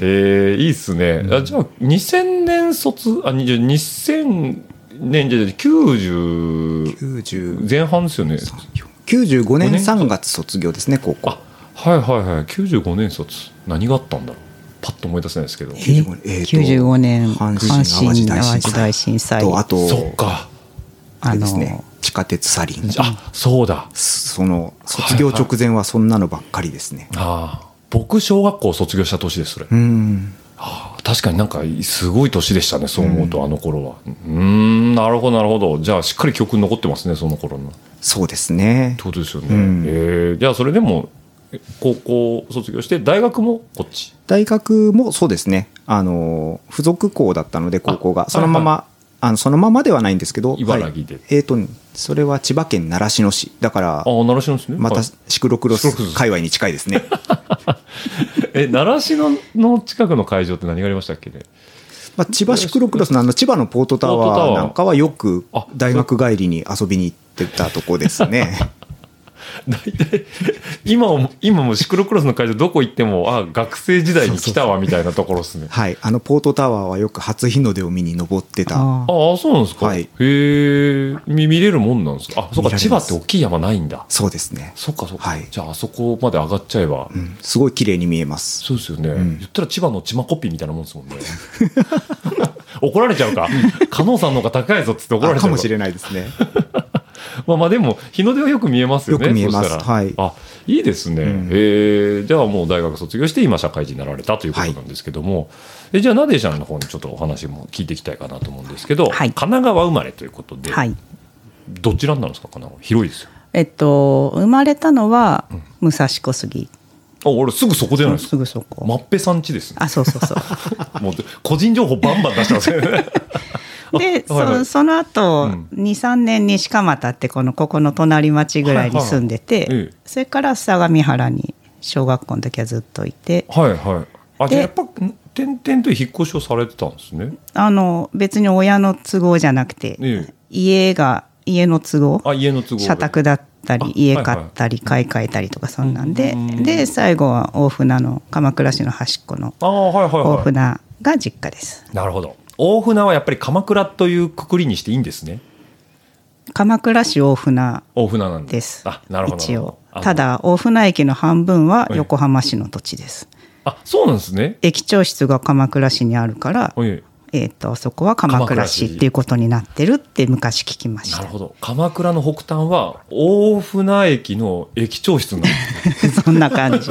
S4: えー、いいっすね、あじゃあ2000年卒あ20 2000年じゃない90
S5: 90
S4: 前半ですよね
S5: 95年
S4: 五年
S5: 3月卒業ですね、高校
S4: あ。はいはいはい95年卒何があったんだろうパッと思い出せないですけど
S5: 95
S6: え
S5: えーと
S6: 95年
S5: 阪
S6: 阪
S5: 神・
S6: 神・
S5: 淡
S6: 淡
S5: 路大
S6: 路大
S5: 震
S6: 震
S5: 災
S6: 災
S5: とあと
S4: そっか
S5: あれです
S6: あ
S5: ね
S6: の
S5: 地下鉄サリン
S4: あそうだ
S5: その卒業直前はそんなのばっかりですね、
S4: ああ僕小学校卒業した年ですそれ
S5: うん
S4: 確かになんかすごい年でしたねそう思うと、あの頃はうーんなるほどなるほどじゃあしっかり記憶に残ってますねその頃のっ
S5: そうですね
S4: てことですよね、
S5: うん
S4: えーじゃあそれでもえ高校卒業して大学もこっち
S5: 大学もそうですねあの付属校だったので高校
S4: あ
S5: がそのまま、
S4: はい
S5: あのそのままではないんですけど
S4: 茨城で
S5: はいえっ、とそれは千葉県習志野市だから
S4: ああ習志野ですね
S5: ま
S4: は
S5: た
S4: い
S5: シクロクロ
S4: シクロクロ
S5: ス
S4: ス
S5: 界隈に近いですね
S4: え習志野の近くの会場って何がありましたっけね
S5: まあ千葉シクロクロスのあの千葉のポートタ
S4: ポートタ
S5: ワー
S4: ワー
S5: なんかはよく
S4: あ
S5: 大学帰りに遊びに行ってたとこですね
S4: 大体今も今もシクロクロスの会場どこ行ってもあ学生時代に来たわみたいなところですね
S5: はい、あのポートタワーはよく初日の出を見に登ってた。
S6: あー
S4: ああそうなんですか、
S5: はい
S4: へえ見見れるもんなんですかあそっ
S5: 見られ
S4: か
S5: ます
S4: 千葉って大きい山ないんだ
S5: そうですね。
S4: そっかそっか、
S5: はい
S4: じゃああそこまで上がっちゃえば、
S5: うん、すごい綺麗に見えます。
S4: そうですよね、
S5: ん
S4: 言ったら千葉の千葉コピーみたいなもんですもんね 怒られちゃうか加納さんの方が高いぞっつって怒ら
S5: あ
S4: れちゃう
S5: かもしれないですね。
S4: まあまあでも日の出はよく見えますよね
S5: よく見えます
S4: そしたら
S5: はい
S4: あいいですね、
S5: うん
S4: へえじゃあもう大学卒業して今社会人になられたということなんですけども、えじゃあナデシャンの方にちょっとお話も聞いていきたいかなと思うんですけど、
S6: はい
S4: 神奈川生まれということで、
S6: はい
S4: どちらなんですか神奈川広いですよ
S6: えっと生まれたのは武蔵小杉
S4: あ俺すぐそこじゃないです
S6: す
S4: か
S6: ぐそこ、
S4: まっぺさん家ですね
S6: あそうそうそう
S4: もう個人情報バンバン出して ますよね
S6: で
S4: あはいはい
S6: そその後、
S4: うん
S6: 23年西蒲田ってこのここの隣町ぐらいに住んでて、
S4: はいはいええ
S6: それから相模原に小学校の時はずっといて
S4: はいはいあじゃあ
S6: で
S4: やっぱん転々と引っ越しをされてたんですね
S6: あの別に親の都合じゃなくて、
S4: ええ
S6: 家が家の都合
S4: あ家の都合で
S6: 社宅だっった
S4: あ
S6: り家
S4: はいはい
S6: 買ったり買い替えたりとかそんなんで、
S4: うん
S6: で最後は大船の鎌倉市の端っこの
S4: ああはいはい
S6: 大
S4: はい
S6: 船が実家です。
S4: なるほど大船はやっぱり鎌倉というくくりにしていいんですね
S6: 鎌倉市大船
S4: 大船なんで
S6: です。
S4: あなるほど
S6: 一応
S4: あ。の
S6: ただ大船駅の半分は横浜市の土地です。
S4: あそうなんですね
S6: 駅長室が鎌倉市にあるから、
S4: おい
S6: えっ、とそこは鎌倉市っていうことになってるって昔聞きまし
S4: な
S6: た
S4: る。ほど鎌倉の北端は大船駅の駅長室なんです
S6: そんな感じ。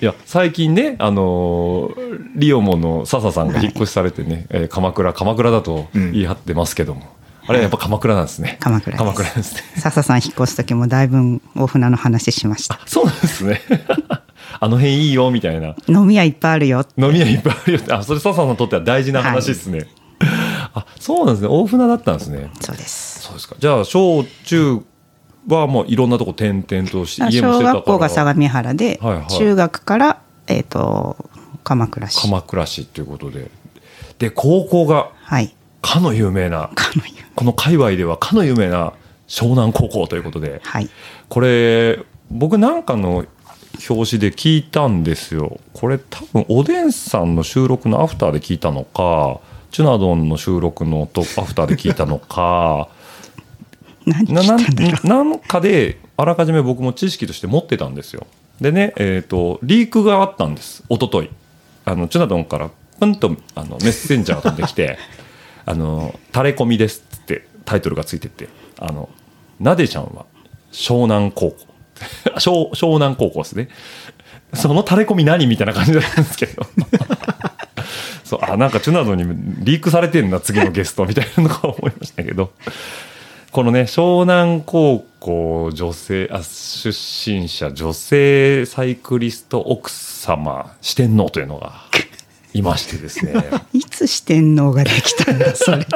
S4: いや最近ね、あのーリオモの笹さんが引っ越しされてね、えー鎌倉鎌倉だと
S5: うん
S4: 言い張ってますけども、あれはやっぱ鎌倉なんですね
S6: 鎌倉です
S4: 鎌倉ですね
S6: 笹さん引っ越す時もだいぶ大船の話しました。
S4: そうなんですね あの辺いいよみたいな
S6: 飲み屋いっぱいあるよ。
S4: 飲み屋いっぱいあるよってあそれ笹さんにとっては大事な話ですね、あそうなんですね大船だったんですね
S6: そうです。
S4: そうですかじゃあ小中はもういろんなとこ転々として家もしてた
S6: 小
S4: から
S6: 学校が相模原で、
S4: はいはい
S6: 中学からえっ、と鎌倉市。
S4: 鎌倉市ということでで高校が
S6: はい。
S4: かの有名な
S6: かの湯
S4: この界隈ではかの有名な湘南高校ということで
S6: はい。
S4: これ僕なんかの表紙で聞いたんですよこれ多分おでんさんの収録のアフターで聞いたのかチュナドンの収録のとアフターで聞いたのか
S6: 何
S4: な
S6: 聞い
S4: な
S6: た
S4: ん
S6: んだろう。
S4: なんかであらかじめ僕も知識として持ってたんですよでねえっ、とリークがあったんです一昨日あのチュナドンからプンとあのメッセンジャーが飛んできて 「あのタレコミです」ってタイトルがついてて「あのなでちゃんは湘南高校」 あ湘湘南高校ですねそのタレコミ何みたいな感じだったんですけど そうあなんかチュナドンにリークされてんな次のゲストみたいなのが思いましたけどこのね湘南高校女性あ出身者女性サイクリスト奥様四天王というのがいましてですね、
S6: いつ四天王ができたんだ それ。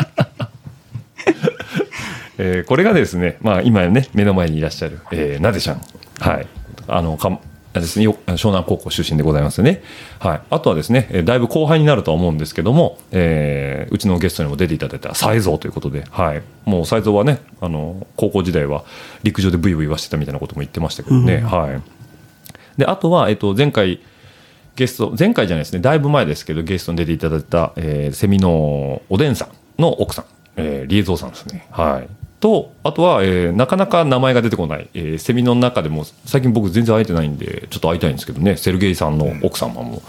S4: えーこれがですね、まあ、今ね目の前にいらっしゃる、えーなでちゃん、はい、あのかですねよ湘南高校出身でございますよね、はい、あとはですねえーだいぶ後輩になるとは思うんですけども、えーうちのゲストにも出ていただいた才蔵ということで、はい、もう才蔵はねあの高校時代は陸上でブイブイはしてたみたいなことも言ってましたけどね、はい、であとは、えっと、前回ゲスト前回じゃないですねだいぶ前ですけどゲストに出ていただいた、えーセミのおでんさんの奥さん、えーリエゾーさんですねはいとあとは、えーなかなか名前が出てこない、えーセミの中でも最近僕全然会えてないんでちょっと会いたいんですけどねセルゲイさんの奥様も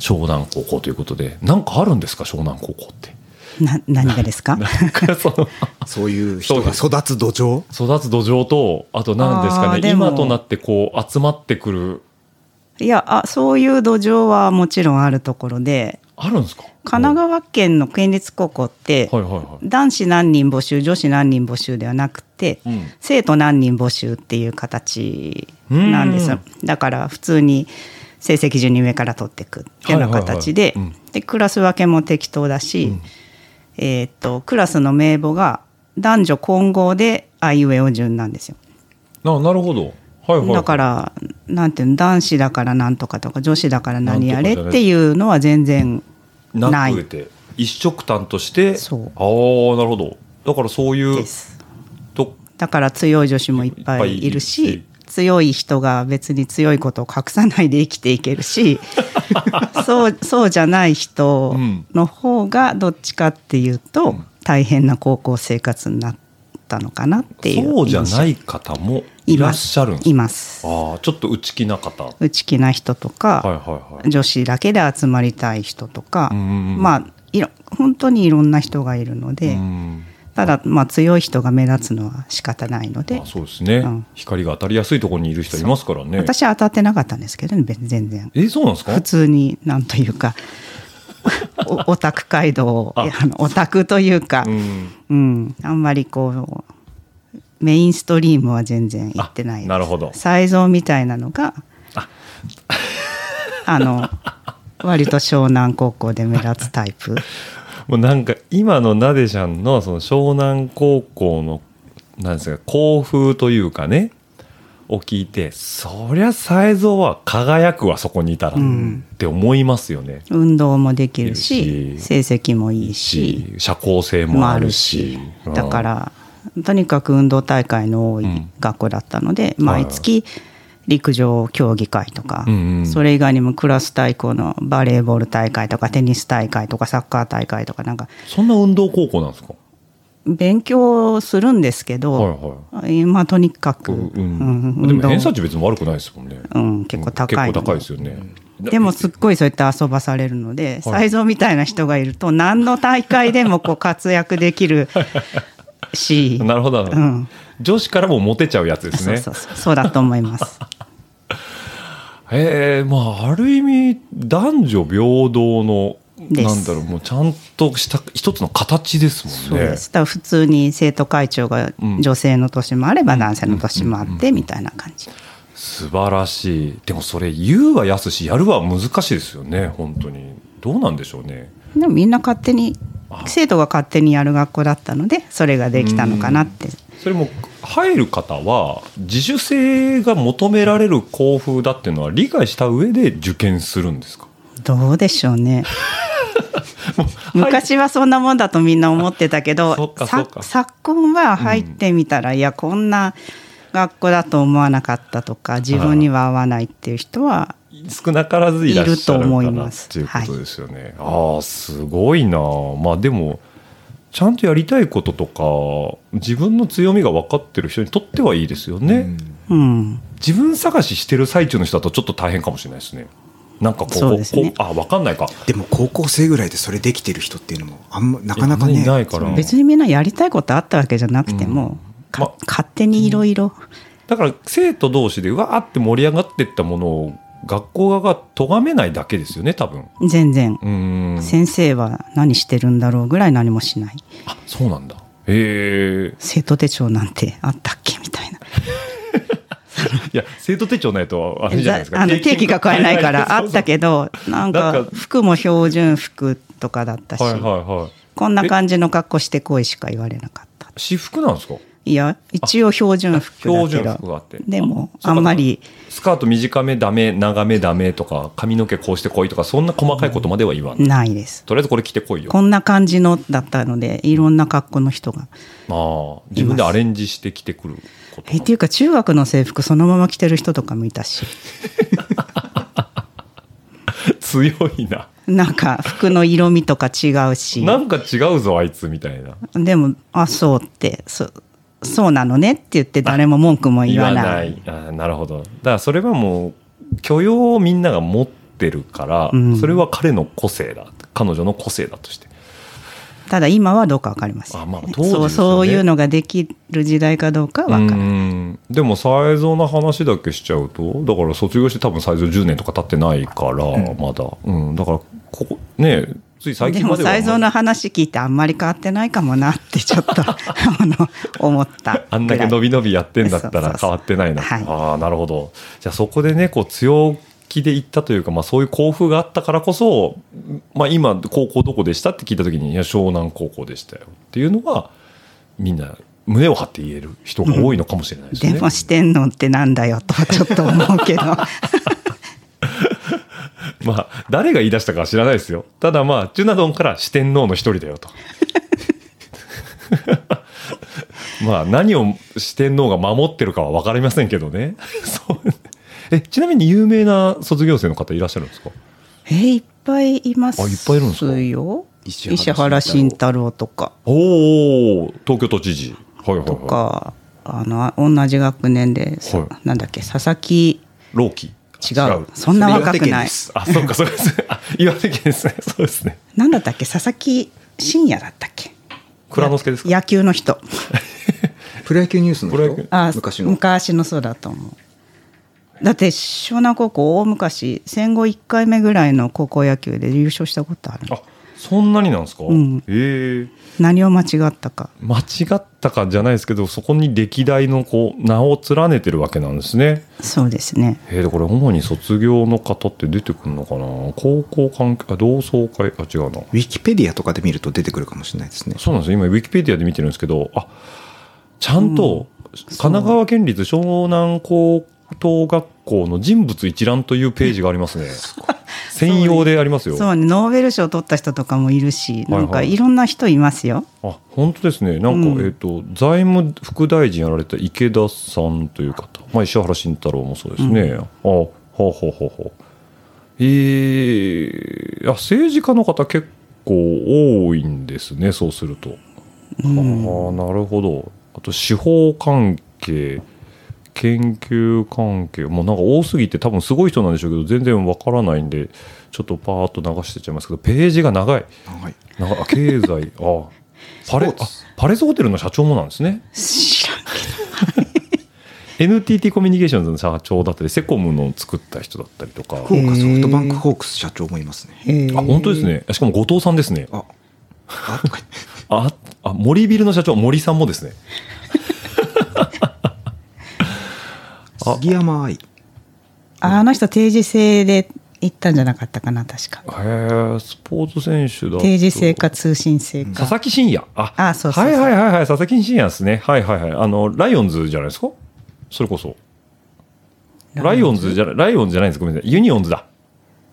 S4: 湘南高校ということでなんかあるんですか湘南高校って
S6: な何がですか。
S4: なんかその
S5: そういう人が育つ土壌
S4: 育つ土壌とあと何ですか
S6: あー
S4: ね
S6: でも
S4: 今となってこう集まってくる
S6: いやあそういう土壌はもちろんあるところで
S4: あるんですか
S6: 神奈川県の県立高校って、
S4: はいはいはい
S6: 男子何人募集女子何人募集ではなくて、
S4: うん
S6: 生徒何人募集っていう形なんですよだから普通に成績順に上から取っていくっていうような形で,、
S4: はいはいはい
S6: でクラス分けも適当だし、えーっとクラスの名簿が男女混合であいうえお順なんですよ。
S4: ななるほど、はいはい、
S6: だからなんていうの男子だからなんとかとか女子だから何や
S4: なん
S6: れ
S4: と
S6: っ
S4: かじゃ
S6: て
S4: ね
S6: いうのは全然
S4: な
S6: ない
S4: くて一色単として
S6: そう
S4: ああなるほどだからそういう
S6: です。
S4: と
S6: だから強い女子もいっぱいいる
S4: い
S6: し
S4: っぱいいる
S6: 強い人が別に強いことを隠さないで生きていけるし そうそうじゃない人の方がどっちかっていうと大変な高校生活になったのかなっていう
S4: そうじゃないい方もいらっしゃるんです
S6: い
S4: か
S6: ます
S4: ああちょっと内気な方はい
S6: 内気な人とか、
S4: はいはい
S6: 女子だけで集まりたい人とか、
S4: うんうんうん
S6: まあいろ本当にいろんな人がいるので、
S4: うん
S6: ただ、まあ、強い人が目立つのは仕方ないので、
S4: まあそうですね、
S6: うん
S4: 光が当たりやすいところにいる人いますからね
S6: 私は当たってなかったんですけどね別に全然
S4: えそうなんですか
S6: 普通になんというかおオ タク街道を
S4: あ
S6: あのオタクというか、
S4: う
S6: うん
S4: ん
S6: あんまりこうメインストリームは全然行ってない
S4: あなるほど
S6: サイゾーみたいなのが あの割と湘南高校で目立つタイプ
S4: もうなんか今のなでちゃんのその湘南高校のなんですか校風というかねを聞いてそりゃ才蔵は輝くわそこにいたら、って思いますよね。
S6: 運動もできるし
S4: いいし
S6: 成績もいいし
S4: 社交性も
S6: も
S4: あ
S6: あ
S4: る
S6: る
S4: し
S6: しだか
S4: うん
S6: らとにかく運動大会の多い学校だったので、毎月陸上競技会とか、
S4: うんうん
S6: それ以外にもクラス対抗のバレーボール大会とかテニス大会とかサッカー大会とかなんか
S4: そんな運動高校なんですか
S6: 勉強するんですけど、今とにかく、
S4: う
S6: うん
S4: ん、で
S6: 運
S4: も
S6: 動
S4: 偏差値別に悪くないですもんね、
S6: うん結構高い
S4: 結構高いですよね
S6: でもすっごいそうやって遊ばされるので、才蔵みたいな人がいると何の大会でもこう活躍できるし、
S4: なるほど、
S6: うん
S4: 女子からもモテちゃうやつです
S6: そう
S4: ね
S6: そうそうそうだと思います。
S4: ええまあある意味男女平等の
S6: で
S4: な
S6: す
S4: んだろうもうちゃんとした一つの形ですもんね
S6: そうですだから普通に生徒会長が女性の年もあれば男性の年もあってみたいな感じ。
S4: 素晴らしいでもそれ言うは安しやるは難しいですよね本当にどうなんでしょうね
S6: でもみんな勝手に生徒が勝手にやる学校だったのでそれができたのかなって。
S4: それも入る方は自主性が求められる校風だっていうのは理解した上で受験するんですか
S6: どうでしょ うね。昔はそんなもんだとみんな思ってた け
S4: そっ
S6: ど、
S4: かそっ
S6: さ
S4: か
S6: 昨今は入ってみたら、いやこんな学校だと思わなかったとか自分には合わないっていう人は
S4: 少なからずいらっしゃる
S6: いると思
S4: か
S6: い
S4: な
S6: ま
S4: っ
S6: す
S4: ていうことですよね。ああすごいなまあでもちゃんとやりたいこととか自分の強みが分かってる人にとってはいいですよね。
S6: うん
S4: 自分探ししてる最中の人だとちょっと大変かもしれないですね。なんかこう
S6: そうですね
S4: こうあ分かんないか。
S5: でも高校生ぐらいでそれできてる人っていうのもあんまなかなか
S4: いや
S5: ね
S4: いないから
S6: 別にみんなやりたいことあったわけじゃなくても、か
S4: ま
S6: 勝手にいろいろ
S4: だから生徒同士でうわーって盛り上がってったものを学校側が咎めないだけですよね多分。
S6: 全然、
S4: うーん
S6: 先生は何してるんだろうぐらい何もしない
S4: あそうなんだ。へえ。
S6: 生徒手帳なんてあったっけみたいない
S4: や生徒手帳ないとあれじゃないですか。
S6: あの定期が買えないからあった
S4: ど。
S6: けどなん
S4: なん
S6: か
S4: か
S6: 服も標準服とかだったし、
S4: はいはいはい。
S6: こんな感じの格好してこいしか言われなかった
S4: 私服なんですか
S6: いや一応標準服だ
S4: 標
S6: け
S4: 準服があっ
S6: ど
S4: て。
S6: でも
S4: あ
S6: あんまり
S4: スカート短めダメ、長めダメとか、髪の毛こうしてこいとか、そんな細かいことまでは言わない。
S6: ないです
S4: とりあえずこれ着てこいよ。
S6: こんな感じのだったのでいろんな格好の人が
S4: ああ、自分でアレンジして着てくること
S6: えっていうか中学の制服そのまま着てる人とかもいたし
S4: 強いな。
S6: なんか服の色味とか違うし
S4: なんか違うぞ、あいつみたいな。
S6: でも「あそう」ってそ「そうなのね」って言って誰も文句も言わない
S4: あーなるほど。だからそれはもう、許容をみんなが持ってるから、
S6: うん
S4: それは彼の個性だ。彼女の個性だとして。
S6: ただ今はどうか分かりません、
S4: あまあ当時ですよね
S6: そうそういうのができる時代かどうか分かる、
S4: うんでも才蔵の話だけしちゃうとだから卒業して多分才蔵10年とか経ってないから、まだ、うん、だからここねつい最
S6: で
S4: 近ま
S6: も
S4: では
S6: 才蔵の話聞いてあんまり変わってないかもなってちょっと あの思ったぐらい
S4: あんだけ伸び伸びやってんだった
S6: そうそう
S4: ら
S6: そう
S4: 変わってないな
S6: はい
S4: ああなるほどじゃあそこでねこう強気でいったというか、まあ、そういう校風があったからこそ、まあ、今高校どこでしたって聞いた時に「いや湘南高校でしたよ」っていうのはみんな胸を張って言える人が多いのかもしれないですね。
S6: でもしてんのってなんだよとはちょっと思うけど
S4: まあ、誰が言い出したかは知らないですよ。ただまあ、ジュナドンから四天王の一人だよと。 まあ、何を四天王が守ってるかは分かりませんけどね。 そうえ、ちなみに有名な卒業生の方いらっしゃるんですか
S6: えいっぱいいます
S4: あいっぱいいるんですか
S6: よ
S5: 石原
S6: 石原慎太郎とか
S4: おお東京都知事。はいはい
S6: と
S4: は
S6: か、あの同じ学年で、さ
S4: は
S6: なんだっけ佐々木
S4: い。老期。
S6: 違うそんな若
S5: それ
S6: く
S5: 岩手県
S6: ない
S5: です
S4: あ、そうか、そうです。あ岩手県ですね。そうですね。
S6: なんだったっけ佐々木真也だったっけ
S4: 蔵之介ですか
S6: 野球の人
S5: プロ野球ニュースの
S4: プロ野球
S5: 人
S6: あ
S5: 昔の
S6: 昔のそうだと思うだって湘南高校大昔戦後1回目ぐらいの高校野球で優勝したことある
S4: あ、そんなになんですか、
S6: ん
S4: ええ
S6: 何を間違ったか
S4: 間違ったかじゃないですけどそこに歴代のこう名を連ねてるわけなんですね。
S6: そうですね
S4: えー、でこれ主に卒業の方って出てくるのかな高校関係あ同窓会あ違うな
S5: ウィキペディアとかで見ると出てくるかもしれないですね
S4: そうなんですよ今ウィキペディアで見てるんですけどあちゃんと神奈川県立湘南高等学校の人物一覧というページがありますね。専用でありますよ。
S6: そうねノーベル賞を取った人とかもいるし
S4: はいはい
S6: なんかいろんな人いますよ、
S4: あ本当ですねなんか、
S6: うん
S4: えっ、と財務副大臣やられた池田さんという方、まあ、石原慎太郎もそうですね、あほうほうほうほうえー、あ政治家の方結構多いんですねそうすると、ああなるほどあと司法関係研究関係もうなんか多すぎて多分すごい人なんでしょうけど全然わからないんでちょっとパーッと流してっちゃいますけどページが長い
S5: はい
S4: なんかあ経済あパレあパレスホテルの社長もなんですね
S6: 知らん
S4: NTT コミュニケーションズの社長だったりセコムの作った人だったりとか
S5: 福岡ソフトバンクホークス社長もいますね。
S6: へー
S4: あ本当ですねしかも後藤さんですね
S5: あ、あ、とか
S4: ああ森ビルの社長森さんもですねあ
S5: 杉山愛。
S6: ああの人定時制で行ったんじゃなかったかな確か
S4: へえスポーツ選手だと
S6: 定時制か通信制か
S4: 佐々木真也あ
S6: あそうそうそう
S4: はいはいはいはい佐々木真也ですねはいはいはいあのライオンズじゃないですかそれこそライオンズじゃないライオンズじゃないんですごめんなさいユニオンズだ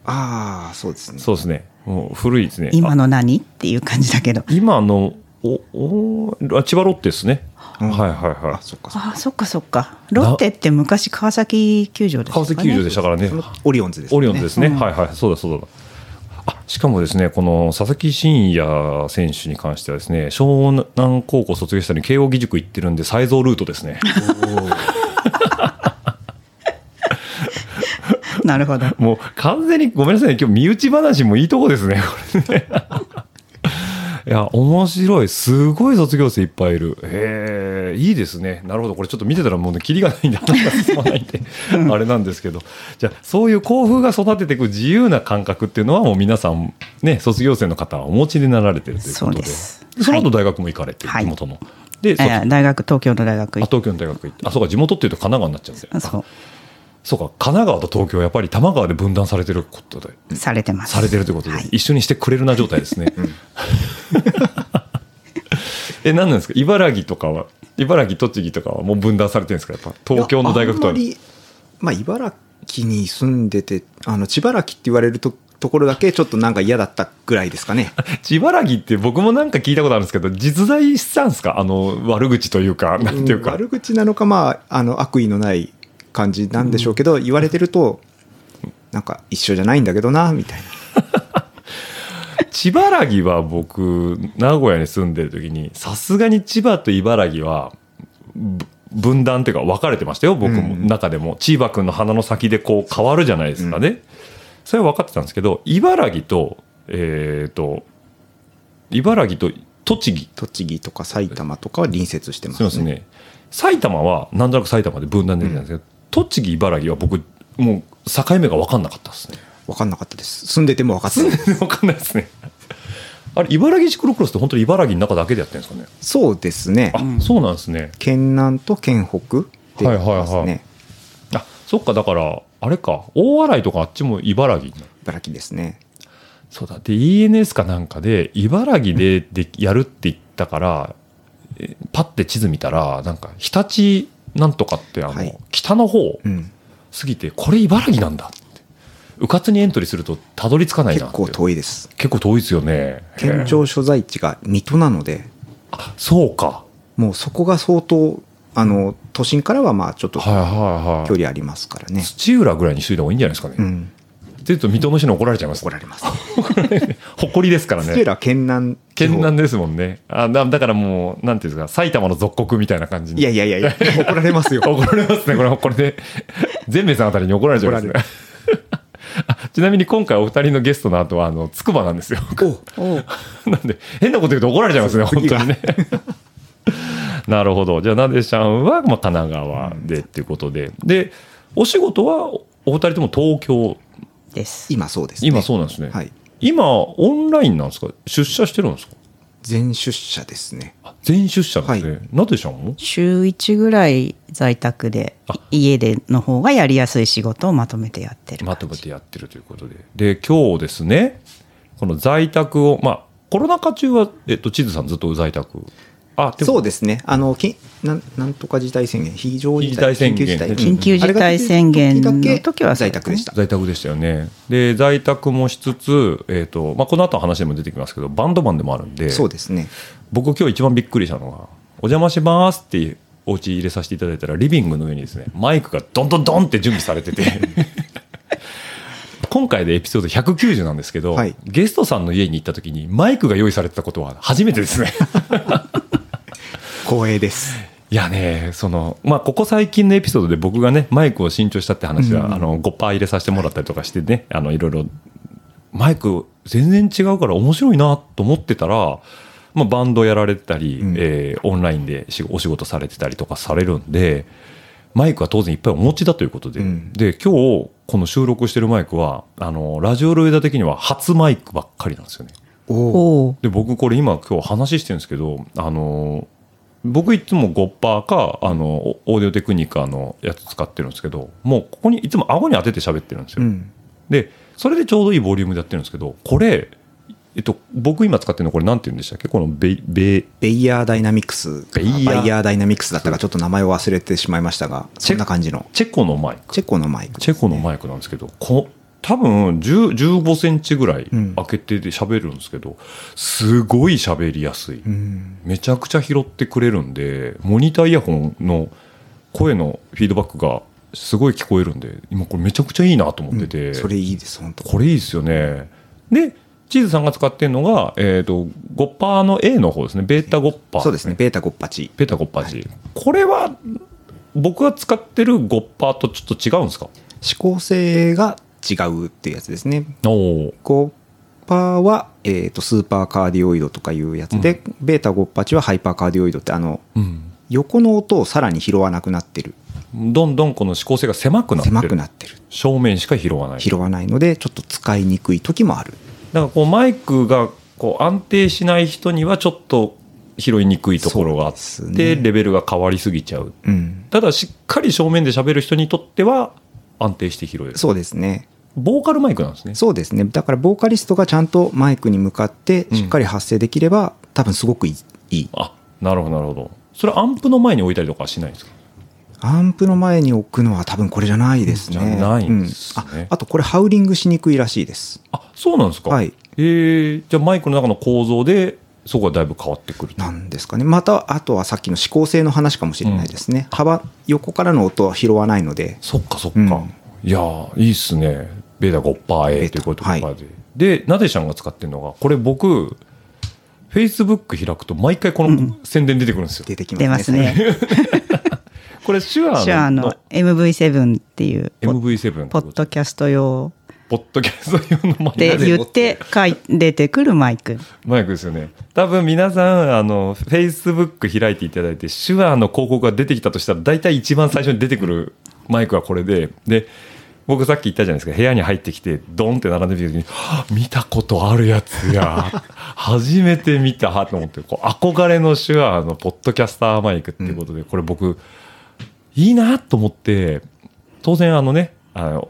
S5: ああ、そうですね。
S4: そうですねもう古いですね
S6: 今の何っていう感じだけど
S4: 今のおおあ千葉ロッテですね、
S5: うん
S4: はいはいは
S5: あ、そっかそっか。
S6: あそっかそっかロッテって昔川崎球場で
S4: い
S6: したか、
S4: 川
S6: ね、
S4: 崎球場でしたからね
S5: オリオンズです、ね。
S4: オリオンズですね、
S6: うん
S4: はいはいそうだそうだあしかもですねこの佐々木真也選手に関してはですね湘南高校卒業したのに慶応義塾行ってるんで再造ルートですね
S6: なるほど
S4: もう完全にごめんなさいね今日身内話もいいとこですねこれねいや面白いすごい卒業生いっぱいいるへえいいですねなるほどこれちょっと見てたらもうねキリがないんで話が進まないんであれなんですけどじゃあそういう校風が育てていく自由な感覚っていうのはもう皆さんね卒業生の方はお持ちになられてるということ
S6: そう
S4: で
S6: です
S4: その後大学も行かれて、
S6: はい
S4: 地元ので、
S6: え
S4: 卒
S6: ー大学東京の大学
S4: あ東京の大学行ってあそうか地元っていうと神奈川になっちゃうんであ
S6: そ
S4: そうか神奈川と東京はやっぱり多摩川で分断されてることで
S6: うされてます
S4: されてるということで、
S6: はい
S4: 一緒にしてくれるな状態ですね。 え、何なんですか茨城とかは、茨城、栃木とかはもう分断されてるんですかやっぱ東京の大学と
S5: あ
S4: は
S5: んま。り、まあ、茨城に住んでて、あの、千葉らきって言われるとところだけ、ちょっとなんか嫌だったぐらいですかね。
S4: 千葉らぎって僕もなんか聞いたことあるんですけど、実在したんですかあの、悪口というか、 なんていうか。
S5: 悪口なのか、まあ、あの、悪意のない感じなんでしょうけど、言われてると、なんか一緒じゃないんだけどな、みたいな。
S4: 千葉らぎは僕、名古屋に住んでる時に、さすがに千葉と茨城は、ぶ分断っていうか分かれてましたよ、僕も、
S5: うん
S4: 中でも。千葉君の鼻の先でこう変わるじゃないですかね。それは分かってたんですけど、茨城と、えっ、と、茨城と栃木、
S5: 栃木とか埼玉とかは隣接してますす
S4: みま
S5: ね。
S4: せんね。埼玉は、なんとなく埼玉で分断できたんですけど、栃木、茨城は僕、もう境目が分かんなかったですね。
S5: わかんなかったです。住んでても分かっ てない。
S4: 分かんないですね。あれ、茨城シクロクロスって本当に茨城の中だけでやってるんですかね。
S5: そうですね
S4: あ、。そうなんですね。
S5: 県南と県北で
S4: はいはいはい
S5: ますね。
S4: あ、そっか、だから、あれか、大洗とかあっちも茨城になる。
S5: 茨城ですね。
S4: そうだ。で、ENS かなんかで、茨城ででやるって言ったから、えパッて地図見たら、なんか、日立なんとかって、あの、
S5: はい
S4: 北の方
S5: うん。
S4: 過ぎて、これ茨城なんだって。うかつにエントリーすると、たどり着かないな
S5: 結
S4: って。
S5: 構遠いです。
S4: 結構遠いですよね。
S5: 県
S4: へえ
S5: 庁所在地が水戸なので、
S4: あ、そうか。
S5: もうそこが相当、あの、都心からはまあちょっと
S4: はい
S5: 距
S4: はいはい。
S5: 離ありますからね。
S4: 土浦ぐらいにしといた方がいいんじゃないですかね。
S5: う
S4: っ
S5: ん。
S4: て言うと、水戸の市に怒られちゃいます。
S5: 怒られます。
S4: 誇りですからね。
S5: 土浦県南地方。
S4: 県南ですもんね。あだだからもう、なんていうんですか、埼玉の属国みたいな感じに。
S5: いやいやいや いや、怒られますよ。
S4: 怒られますね、これ、これで、全明さんあたりに怒られちゃいますね
S5: 怒ら。
S4: あちなみに今回お二人のゲストの後は、あの、つくばなんですよ。
S6: おう
S4: なんで、変なこと言うと怒られちゃいますね、
S5: そう
S4: 本当にね。 なるほど。じゃあ、なでちゃんは、まあ、神奈川でっていうことで。で、お仕事は、おお二人とも東京。
S6: です
S5: 今そうですね。
S4: 今そうなんですね。
S5: はい。
S4: 今、オンラインなんですか出社してるんですか
S5: 全出社ですね。
S4: あ全出社なんですね。
S5: は
S4: なでちゃんも
S6: 週1ぐらい在宅で
S4: あ
S6: 家での方がやりやすい仕事をまとめてやってる
S4: まとめてやってるということで。で、今日ですね、この在宅を、まあ、コロナ禍中は、えっと、地図さんずっと在宅。あでも
S5: そうですね。あの、きなんなんとか事態宣言、非常事
S4: 非常
S5: 態
S4: 事態宣言
S6: 緊急事態宣言の時は
S5: 在宅でした。
S4: 在宅でしたよねで在宅もしつつ、えーとまあ、この後の話でも出てきますけどバンドマンでもあるんで
S5: そうですね。
S4: 僕今日一番びっくりしたのが「お邪魔します」ってお家入れさせていただいたらリビングの上にですねマイクがドンドンドンって準備されて て今回でエピソード190なんですけど、
S5: はい
S4: ゲストさんの家に行った時にマイクが用意されてたことは初めてですね
S5: 光栄です。
S4: いやねそのまあここ最近のエピソードで僕がねマイクを新調したって話は、あの5%入れさせてもらったりとかしてねあのいろいろマイク全然違うから面白いなと思ってたら、まあ、バンドやられてたり、
S5: ん
S4: えーオンラインでしお仕事されてたりとかされるんでマイクは当然いっぱいお持ちだということで、
S5: うん
S4: で今日この収録してるマイクはあのラジオルエダ的には初マイクばっかりなんですよね。
S5: おお。
S6: おお
S4: で僕これ今今日話してるんですけどあのー僕いつもゴッパーかあのオオーディオテクニカのやつ使ってるんですけどもうここにいつも顎に当てて喋ってるんです
S5: う
S4: よ、
S5: ん。
S4: でそれでちょうどいいボリュームでやってるんですけどこれ、えっと、僕今使ってるのこれなんて言うんでしたっけこのベイベイ
S5: ベイヤーダイナミクスか。
S4: ベイヤー
S5: バイヤーダイナミクスだったか、ちょっと名前を忘れてしまいましたが、
S4: チェ
S5: そんな感じの。
S4: チェコのマイク
S5: チェコのマイク。
S4: チェコのマイクなんですけどこ多分10 15センチぐらい
S5: うん
S4: 開けてで喋るんですけど、すごい喋りやすい、
S5: うん。
S4: めちゃくちゃ拾ってくれるんでモニターイヤホンの声のフィードバックがすごい聞こえるんで今これめちゃくちゃいいなと思ってて、
S5: うんそれいいです、本当
S4: これいいですよねでチーズさんが使ってるのが、えー、とゴッパーの A の方ですねベータゴッパー
S5: そうですね、ベータゴッパチ。
S4: ベータゴッパー G、これは僕が使ってるゴッパーとちょっと違うんですか
S5: 指向性が違うっていうやつですね。
S4: おお
S5: ゴッパーは、えー、とスーパーカーディオイドとかいうやつで、ベータゴッパチはハイパーカーディオイドってあの
S4: うん
S5: 横の音をさらに拾わなくなってる
S4: どんどんこの指向性が狭くなってる
S5: 狭くなってる
S4: 正面しか拾わない
S5: 拾わないのでちょっと使いにくい時もある
S4: だからこうマイクがこう安定しない人にはちょっと拾いにくいところがあっ
S5: そう
S4: て、
S5: ですね
S4: レベルが変わりすぎちゃう
S5: うん
S4: ただしっかり正面で喋る人にとっては安定して拾える
S5: そうですね
S4: ボーカルマイクなんですね
S5: そうですねだからボーカリストがちゃんとマイクに向かってしっかり発声できれば、多分すごくいいいい
S4: あなるほどなるほどそれアンプの前に置いたりとかはしないんですか
S5: アンプの前に置くのは多分これじゃないですね
S4: じゃないんですね
S5: うんああとこれハウリングしにくいらしいです
S4: あそうなんですか、
S5: はい
S4: えーじゃあマイクの中の構造でそこがだいぶ変わってくると
S5: なんですかね。また、あとはさっきの指向性の話かもしれないですね。幅、横からの音は拾わないので、
S4: そっかそっか、
S5: うん
S4: いやーいいっすねベータ 5%A ということで、
S5: はい
S4: でなでちゃんが使ってるのがこれ僕フェイスブック開くと毎回この宣伝出てくるんですよ、
S5: 出てきますね。
S6: 出ますね。
S4: これ手
S6: 私は
S4: 話
S6: あ
S4: の
S6: の MV7 っていうポッ
S4: MV7
S6: ポッドキャスト用
S4: ポッドキャスト用のマイ
S6: で
S4: ク
S6: 言って書い出てくるマイク。
S4: マイクですよね多分皆さんあのフェイスブック開いていただいて手話の広告が出てきたとしたら大体一番最初に出てくるマイクはこれでで僕さっき言ったじゃないですか部屋に入ってきてドンって並んでみた時にはぁ「見たことあるやつや 初めて見た」と思ってこう憧れの手話のポッドキャスターマイクっていうことで、これ僕いいなと思って当然あのねあの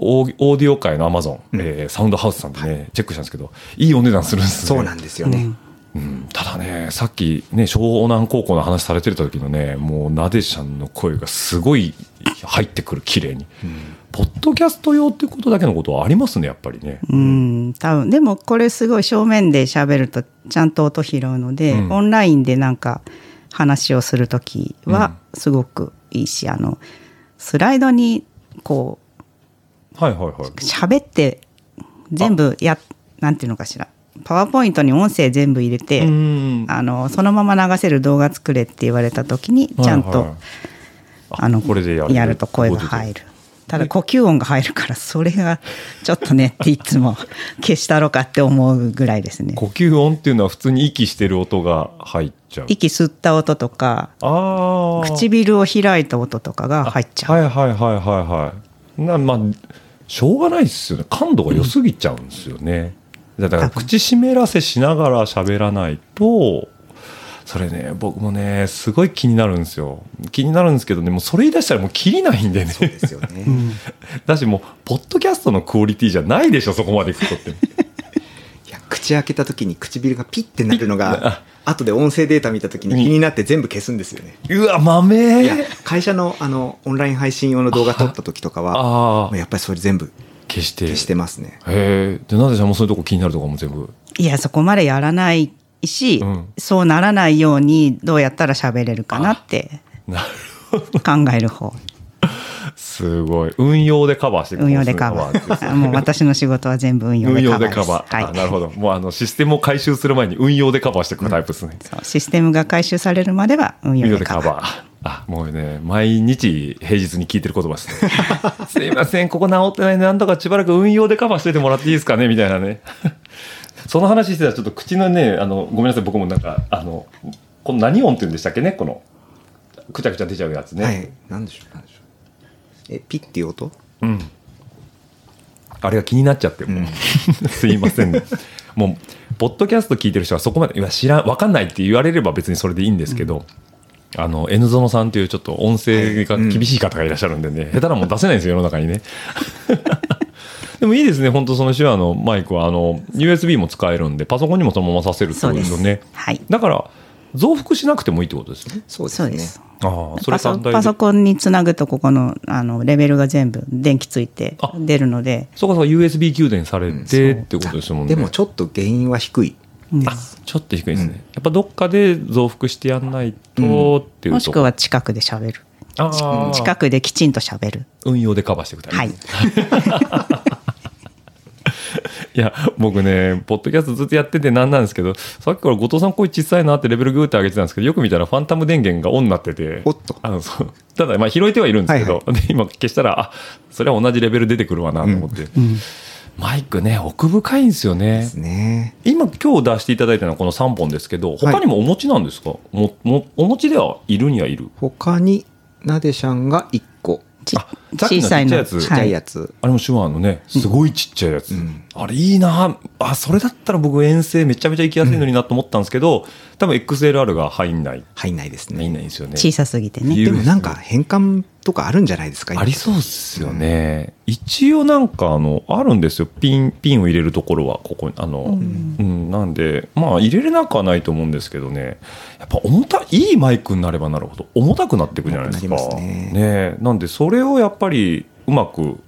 S4: オーオーディオ界のアマゾン、えーサウンドハウスさんでね、チェックしたんですけどいいお値段するんですね
S5: そうなんですよね。
S4: うんただね、さっきね、湘南高校の話されてた時のね、もうなでしゃんの声がすごい入ってくる、綺麗に。ポッドキャスト用ってことだけのことはありますね、やっぱりね。
S6: うん、多分でもこれすごい正面で喋るとちゃんと音拾うので、
S4: うん
S6: オンラインでなんか話をするときはすごくいいし、あのスライドにこ
S4: はいはいは
S6: う
S4: い。
S6: 喋って全部やなんていうのかしらパワーポイントに音声全部入れて、
S4: うん。
S6: あのそのまま流せる動画作れって言われたときにちゃんと、
S4: はいはい
S6: あの
S4: これでやる
S6: やると声が入る。ただ呼吸音が入るからそれがちょっとねっていつも消したろかって思うぐらいですね
S4: 呼吸音っていうのは普通に息してる音が入っちゃう。
S6: 息吸った音とか
S4: ああ。
S6: 唇を開いた音とかが入っちゃう、
S4: はいはいはいはいはいなまあしょうがないですよね感度が良すぎちゃうんですよね、だから
S6: 多分
S4: 口湿らせしながら喋らないとそれね僕もねすごい気になるんですよ気になるんですけどねもうそれ言い出したらもう切りないんでね
S5: そうですよね。
S4: だしもうポッドキャストのクオリティじゃないでしょそこまでいくことって
S5: いや、口口開けた時に唇がピッてなるのが 後で音声データ見た時に気になって全部消すんですよね
S4: うわ、豆
S5: いや会社のあのオンライン配信用の動画撮った時とか
S4: あ
S5: は
S4: ー
S5: もうやっぱりそれ全部
S4: 消して。
S5: 消してますね
S4: へえ。で、なぜじゃんもうそういうとこ気になるとかも全部。
S6: いやそこまでやらないし、
S4: うん
S6: そうならないようにどうやったら喋れるかなって
S4: なる
S6: 考える方
S4: すごい。運用でカバーしていく
S6: 運用でカバ
S4: そういう
S6: ーもう私の仕事は全部運用
S4: 運
S6: で
S4: 用
S6: カバー
S4: で
S6: で
S4: カ
S6: す
S4: バー。あ
S6: はい
S4: なるほど。もうあの、システムを回収する前に運用でカバーしていくタイプですね。
S6: そうシステムが回収されるまでは運
S4: 運
S6: 用
S4: 用
S6: で
S4: で
S6: カ
S4: カ
S6: バー
S4: バー。あ、もうね、毎日平日に聞いてる言葉です ね。すいません、ここ直ってないんで、なんとかしばらく運用でカバーしててもらっていいですかねみたいなね。 その話してたら、ちょっと口のね、あの、ごめんなさい、僕もなんか、あの、この何音って言うんでしたっけねこの、くちゃくちゃ出ちゃうやつね。
S5: はいなんでしょうなんでしょうえピッていう音
S4: うん。あれが気になっちゃって、もう すいません。もう、ポッドキャスト聞いてる人はそこまで、いや、知らん、わかんないって言われれば別にそれでいいんですけど、あの、N ゾノさんというちょっと音声が厳しい方がいらっしゃるんでね、下手なもん出せないんですよ、世の中にね。 でもいいですね、本当その手話のマイクは、あの、USB も使えるんで、パソコンにもそのままさせるってこ
S6: そ
S4: と
S6: う
S4: で
S6: ですす
S4: よね。
S6: はい
S4: だから、増幅しなくてもいいってことですよね。
S5: そうです
S6: そ
S5: ね
S6: うです
S4: ああ、それ
S6: パソ
S4: 単体で
S6: パソコンにつなぐとここのあのレベルが全部電気ついて
S4: あ
S6: 出るので
S4: そうかそうか USB 給電されてってことですもんね。
S5: でもちょっと原因は低い
S6: うん
S4: あちょっと低いですね、やっぱどっかで増幅してやんないとっていうと、
S6: もしくは近くで喋る
S4: あー
S6: 近くできちんと喋る
S4: 運用でカバーしていくタイプ
S6: はい
S4: いや僕ねポッドキャストずっとやっててなんなんですけどさっきから後藤さん声小さいなってレベルグーって上げてたんですけどよく見たらファンタム電源がオンになってて
S5: おっと
S4: あのそうただまあ拾えてはいるんですけど、で今消したらあそれは同じレベル出てくるわなと思って、マイクね奥深いんですよね
S5: ですね
S4: 今今日出していただいたのはこの3本ですけど他にもお持ちなんですか、ももお持ちではいるにはいる
S5: 他になでしゃんが1個
S6: ち
S4: あさっきのちっちゃいやつ
S5: ちっち
S6: は
S5: ゃい
S6: い
S5: やつ、
S4: あれも手話のね、すごいちっちゃいやつ。あれいいなあ、それだったら僕遠征めちゃめちゃ行きやすいのになと思ったんですけど、多分 XLR が入んない。
S5: 入んないですね
S4: 入んないんですよね。
S6: 小さすぎて
S4: 理
S6: ね
S4: 由
S5: でもなんか変換とかあるんじゃないですか今
S4: ありそうっすよね。一応なんかあの、あるんですよ。ピン、ピンを入れるところは、ここに、あの、うん、なんで、まあ入れれなくはないと思うんですけどね。やっぱ重た、いいマイクになればなるほど、重たくなっていくじゃないですか。
S5: 重くなりますね
S4: えなんでそれをやっぱり、うまく、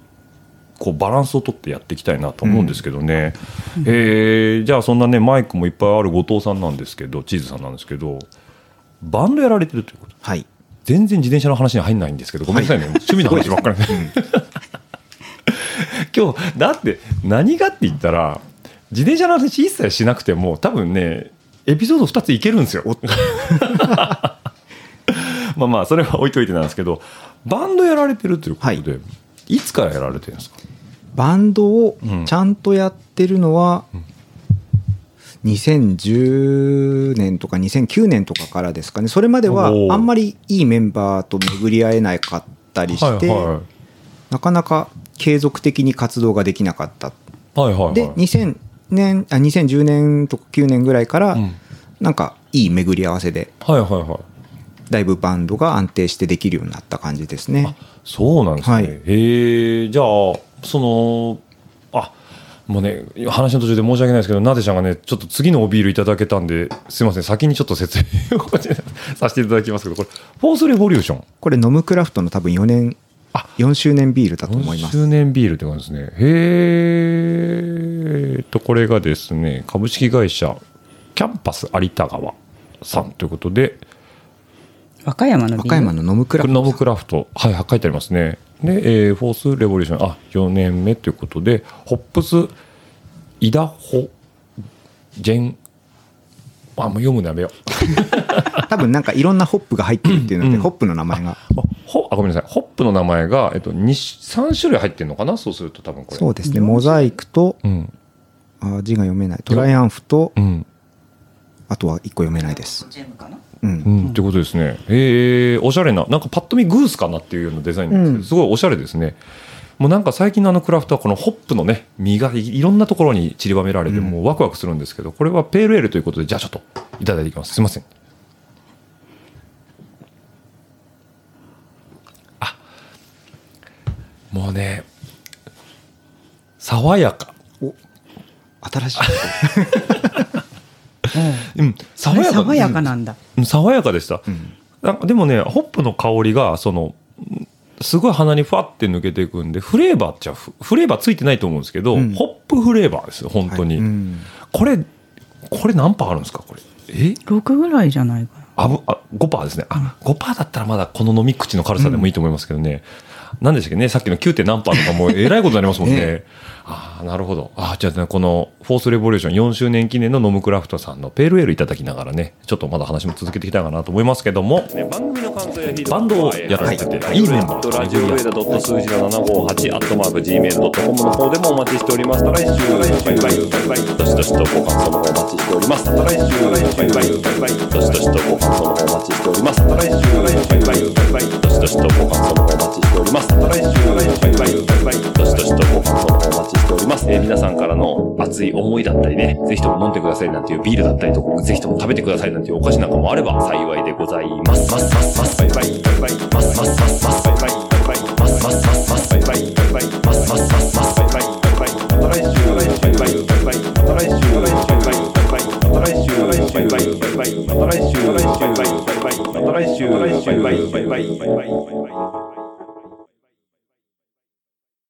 S4: こうバランスをとってやっていきたいなと思うんですけどね、えーじゃあそんなねマイクもいっぱいある後藤さんなんですけどチーズさんなんですけどバンドやられてるということ
S5: はい
S4: 全然自転車の話に入んないんですけど、ごめんなさいね。趣味の話ばっかり。 今日、だって、何がって言ったら、自転車の話一切しなくても、多分ね、エピソード2ついけるんですよ。 まあまあ、それは置いといてなんですけど、バンドやられてるということで、い、つからやられてるんですか
S5: バンドを
S4: うん
S5: ちゃんとやってるのは、2010年とか2009年とかからですかねそれまでは
S4: おー
S5: あんまりいいメンバーと巡り合えなかったりして、なかなか継続的に活動ができなかった
S4: い。はいはいはい。
S5: で2000年あ2010年とか9年ぐらいから、
S4: うん
S5: なんかいい巡り合わせで
S4: はいはいはい。
S5: だいぶバンドが安定してできるようになった感じですね
S4: そうなんですね。
S5: はい
S4: へえ、じゃあ、その、あ、もうね、話の途中で申し訳ないですけど、なでちゃんがね、ちょっと次のおビールいただけたんで、すいません、先にちょっと説明をさせていただきますけど、これ、フォースレボリューション。
S5: これノムクラフトの多分4年
S4: あ
S5: 4周年ビールだと思い
S4: 4
S5: ます
S4: 周年ビールって感じですね。へえ、と、これがですね、株式会社、キャンパス有田川さんということで、
S6: 和歌山の
S5: 和歌山のノムクラ
S4: こ
S5: フ
S4: れ
S5: ト
S4: ノブクラフト。はい、書いてありますね。で、えーフォースレボリューション、あ、4年目ということで、ホップス、イダホ、ジェン、あ、もう読むのやめよ う。
S5: 多分なんかいろんなホップが入ってるっていうので、ホップの名前が
S4: あほあ、ごめんなさい。ホップの名前が、えっと、に3種類入ってるのかなそうすると多分これ。
S5: そうですねモザイクと
S4: うん。
S5: あ字が読めないトライアンフと
S4: うん。
S5: あとは1個読めないです、
S6: ジェムかな
S5: うん
S4: うん、ってことですね。ええおしゃれな、なんかパッと見グースかなっていうようなデザインなんですけど、
S5: うん
S4: すごいおしゃれですね。もうなんか最近のあのクラフトはこのホップのね、実がいいろんなところに散りばめられて、
S5: うん
S4: もうワクワクするんですけど、これはペールエールということで、じゃあちょっといただいていきます。すいません。あ、もうね、爽やか。
S5: 新しい。
S4: うん、爽やか
S6: 爽やかなんだ。
S4: うん爽やかでした、
S5: ん
S4: なんかでもねホップの香りがそのうんすごい鼻にふわって抜けていくんでフレーバーっちゃフフレーバーついてないと思うんですけど、
S5: うん
S4: ホップフレーバーですよ本当に、
S5: はいうん
S4: これこれ何パーあるんですかこれえ
S6: 六ぐらいじゃないかな。
S4: あぶあ5パーですねあ5パーだったらまだこの飲み口の軽さでもいいと思いますけどね、なん、何でしたっけねさっきの 9. 点何パーとかもうえらいことになりますもんね
S5: ね
S4: ああなるほどあーじゃあねこの「フォースレボリューション」4周年記念のノムクラフトさんのペールエールいただきながらねちょっとまだ話も続けていきたいかなと思いますけども
S2: ね、番組の感想やフィード
S4: バンドをやられてて、い、いメンバー
S2: ラジオルエダドット数字の758アットマーク Gmail.com の方でもお待ちしております。また来週、バイバイ、バイバイ、どしどしとご感想の方お待ちしております。また来週、バイバイ、バイバイ、どしどしとご感想の方お待ちしております。また来週、バイバイ、バイバイ、どしどしとご感想の方お待ちしております。また来週、バイバイ、バイバイ、どしどしとご感想の方お待ちしております。えー皆さんからの熱い思いだったりね、ぜひとも飲んでくださいなんていうビールだったりとか、ぜひとも食べてくださいなんていうお菓子なんかもあれば幸いでございます。ますますますバイバイバイバイますますますますバイバイバイバイますますますますバイバイバイバイますますますますバイバイバイバイまた来週バイバイバイバイまた来週バイバイバイバイまた来週バイバイバイバイまた来週バイバイバイバイまた来週バイバイバイバイバイ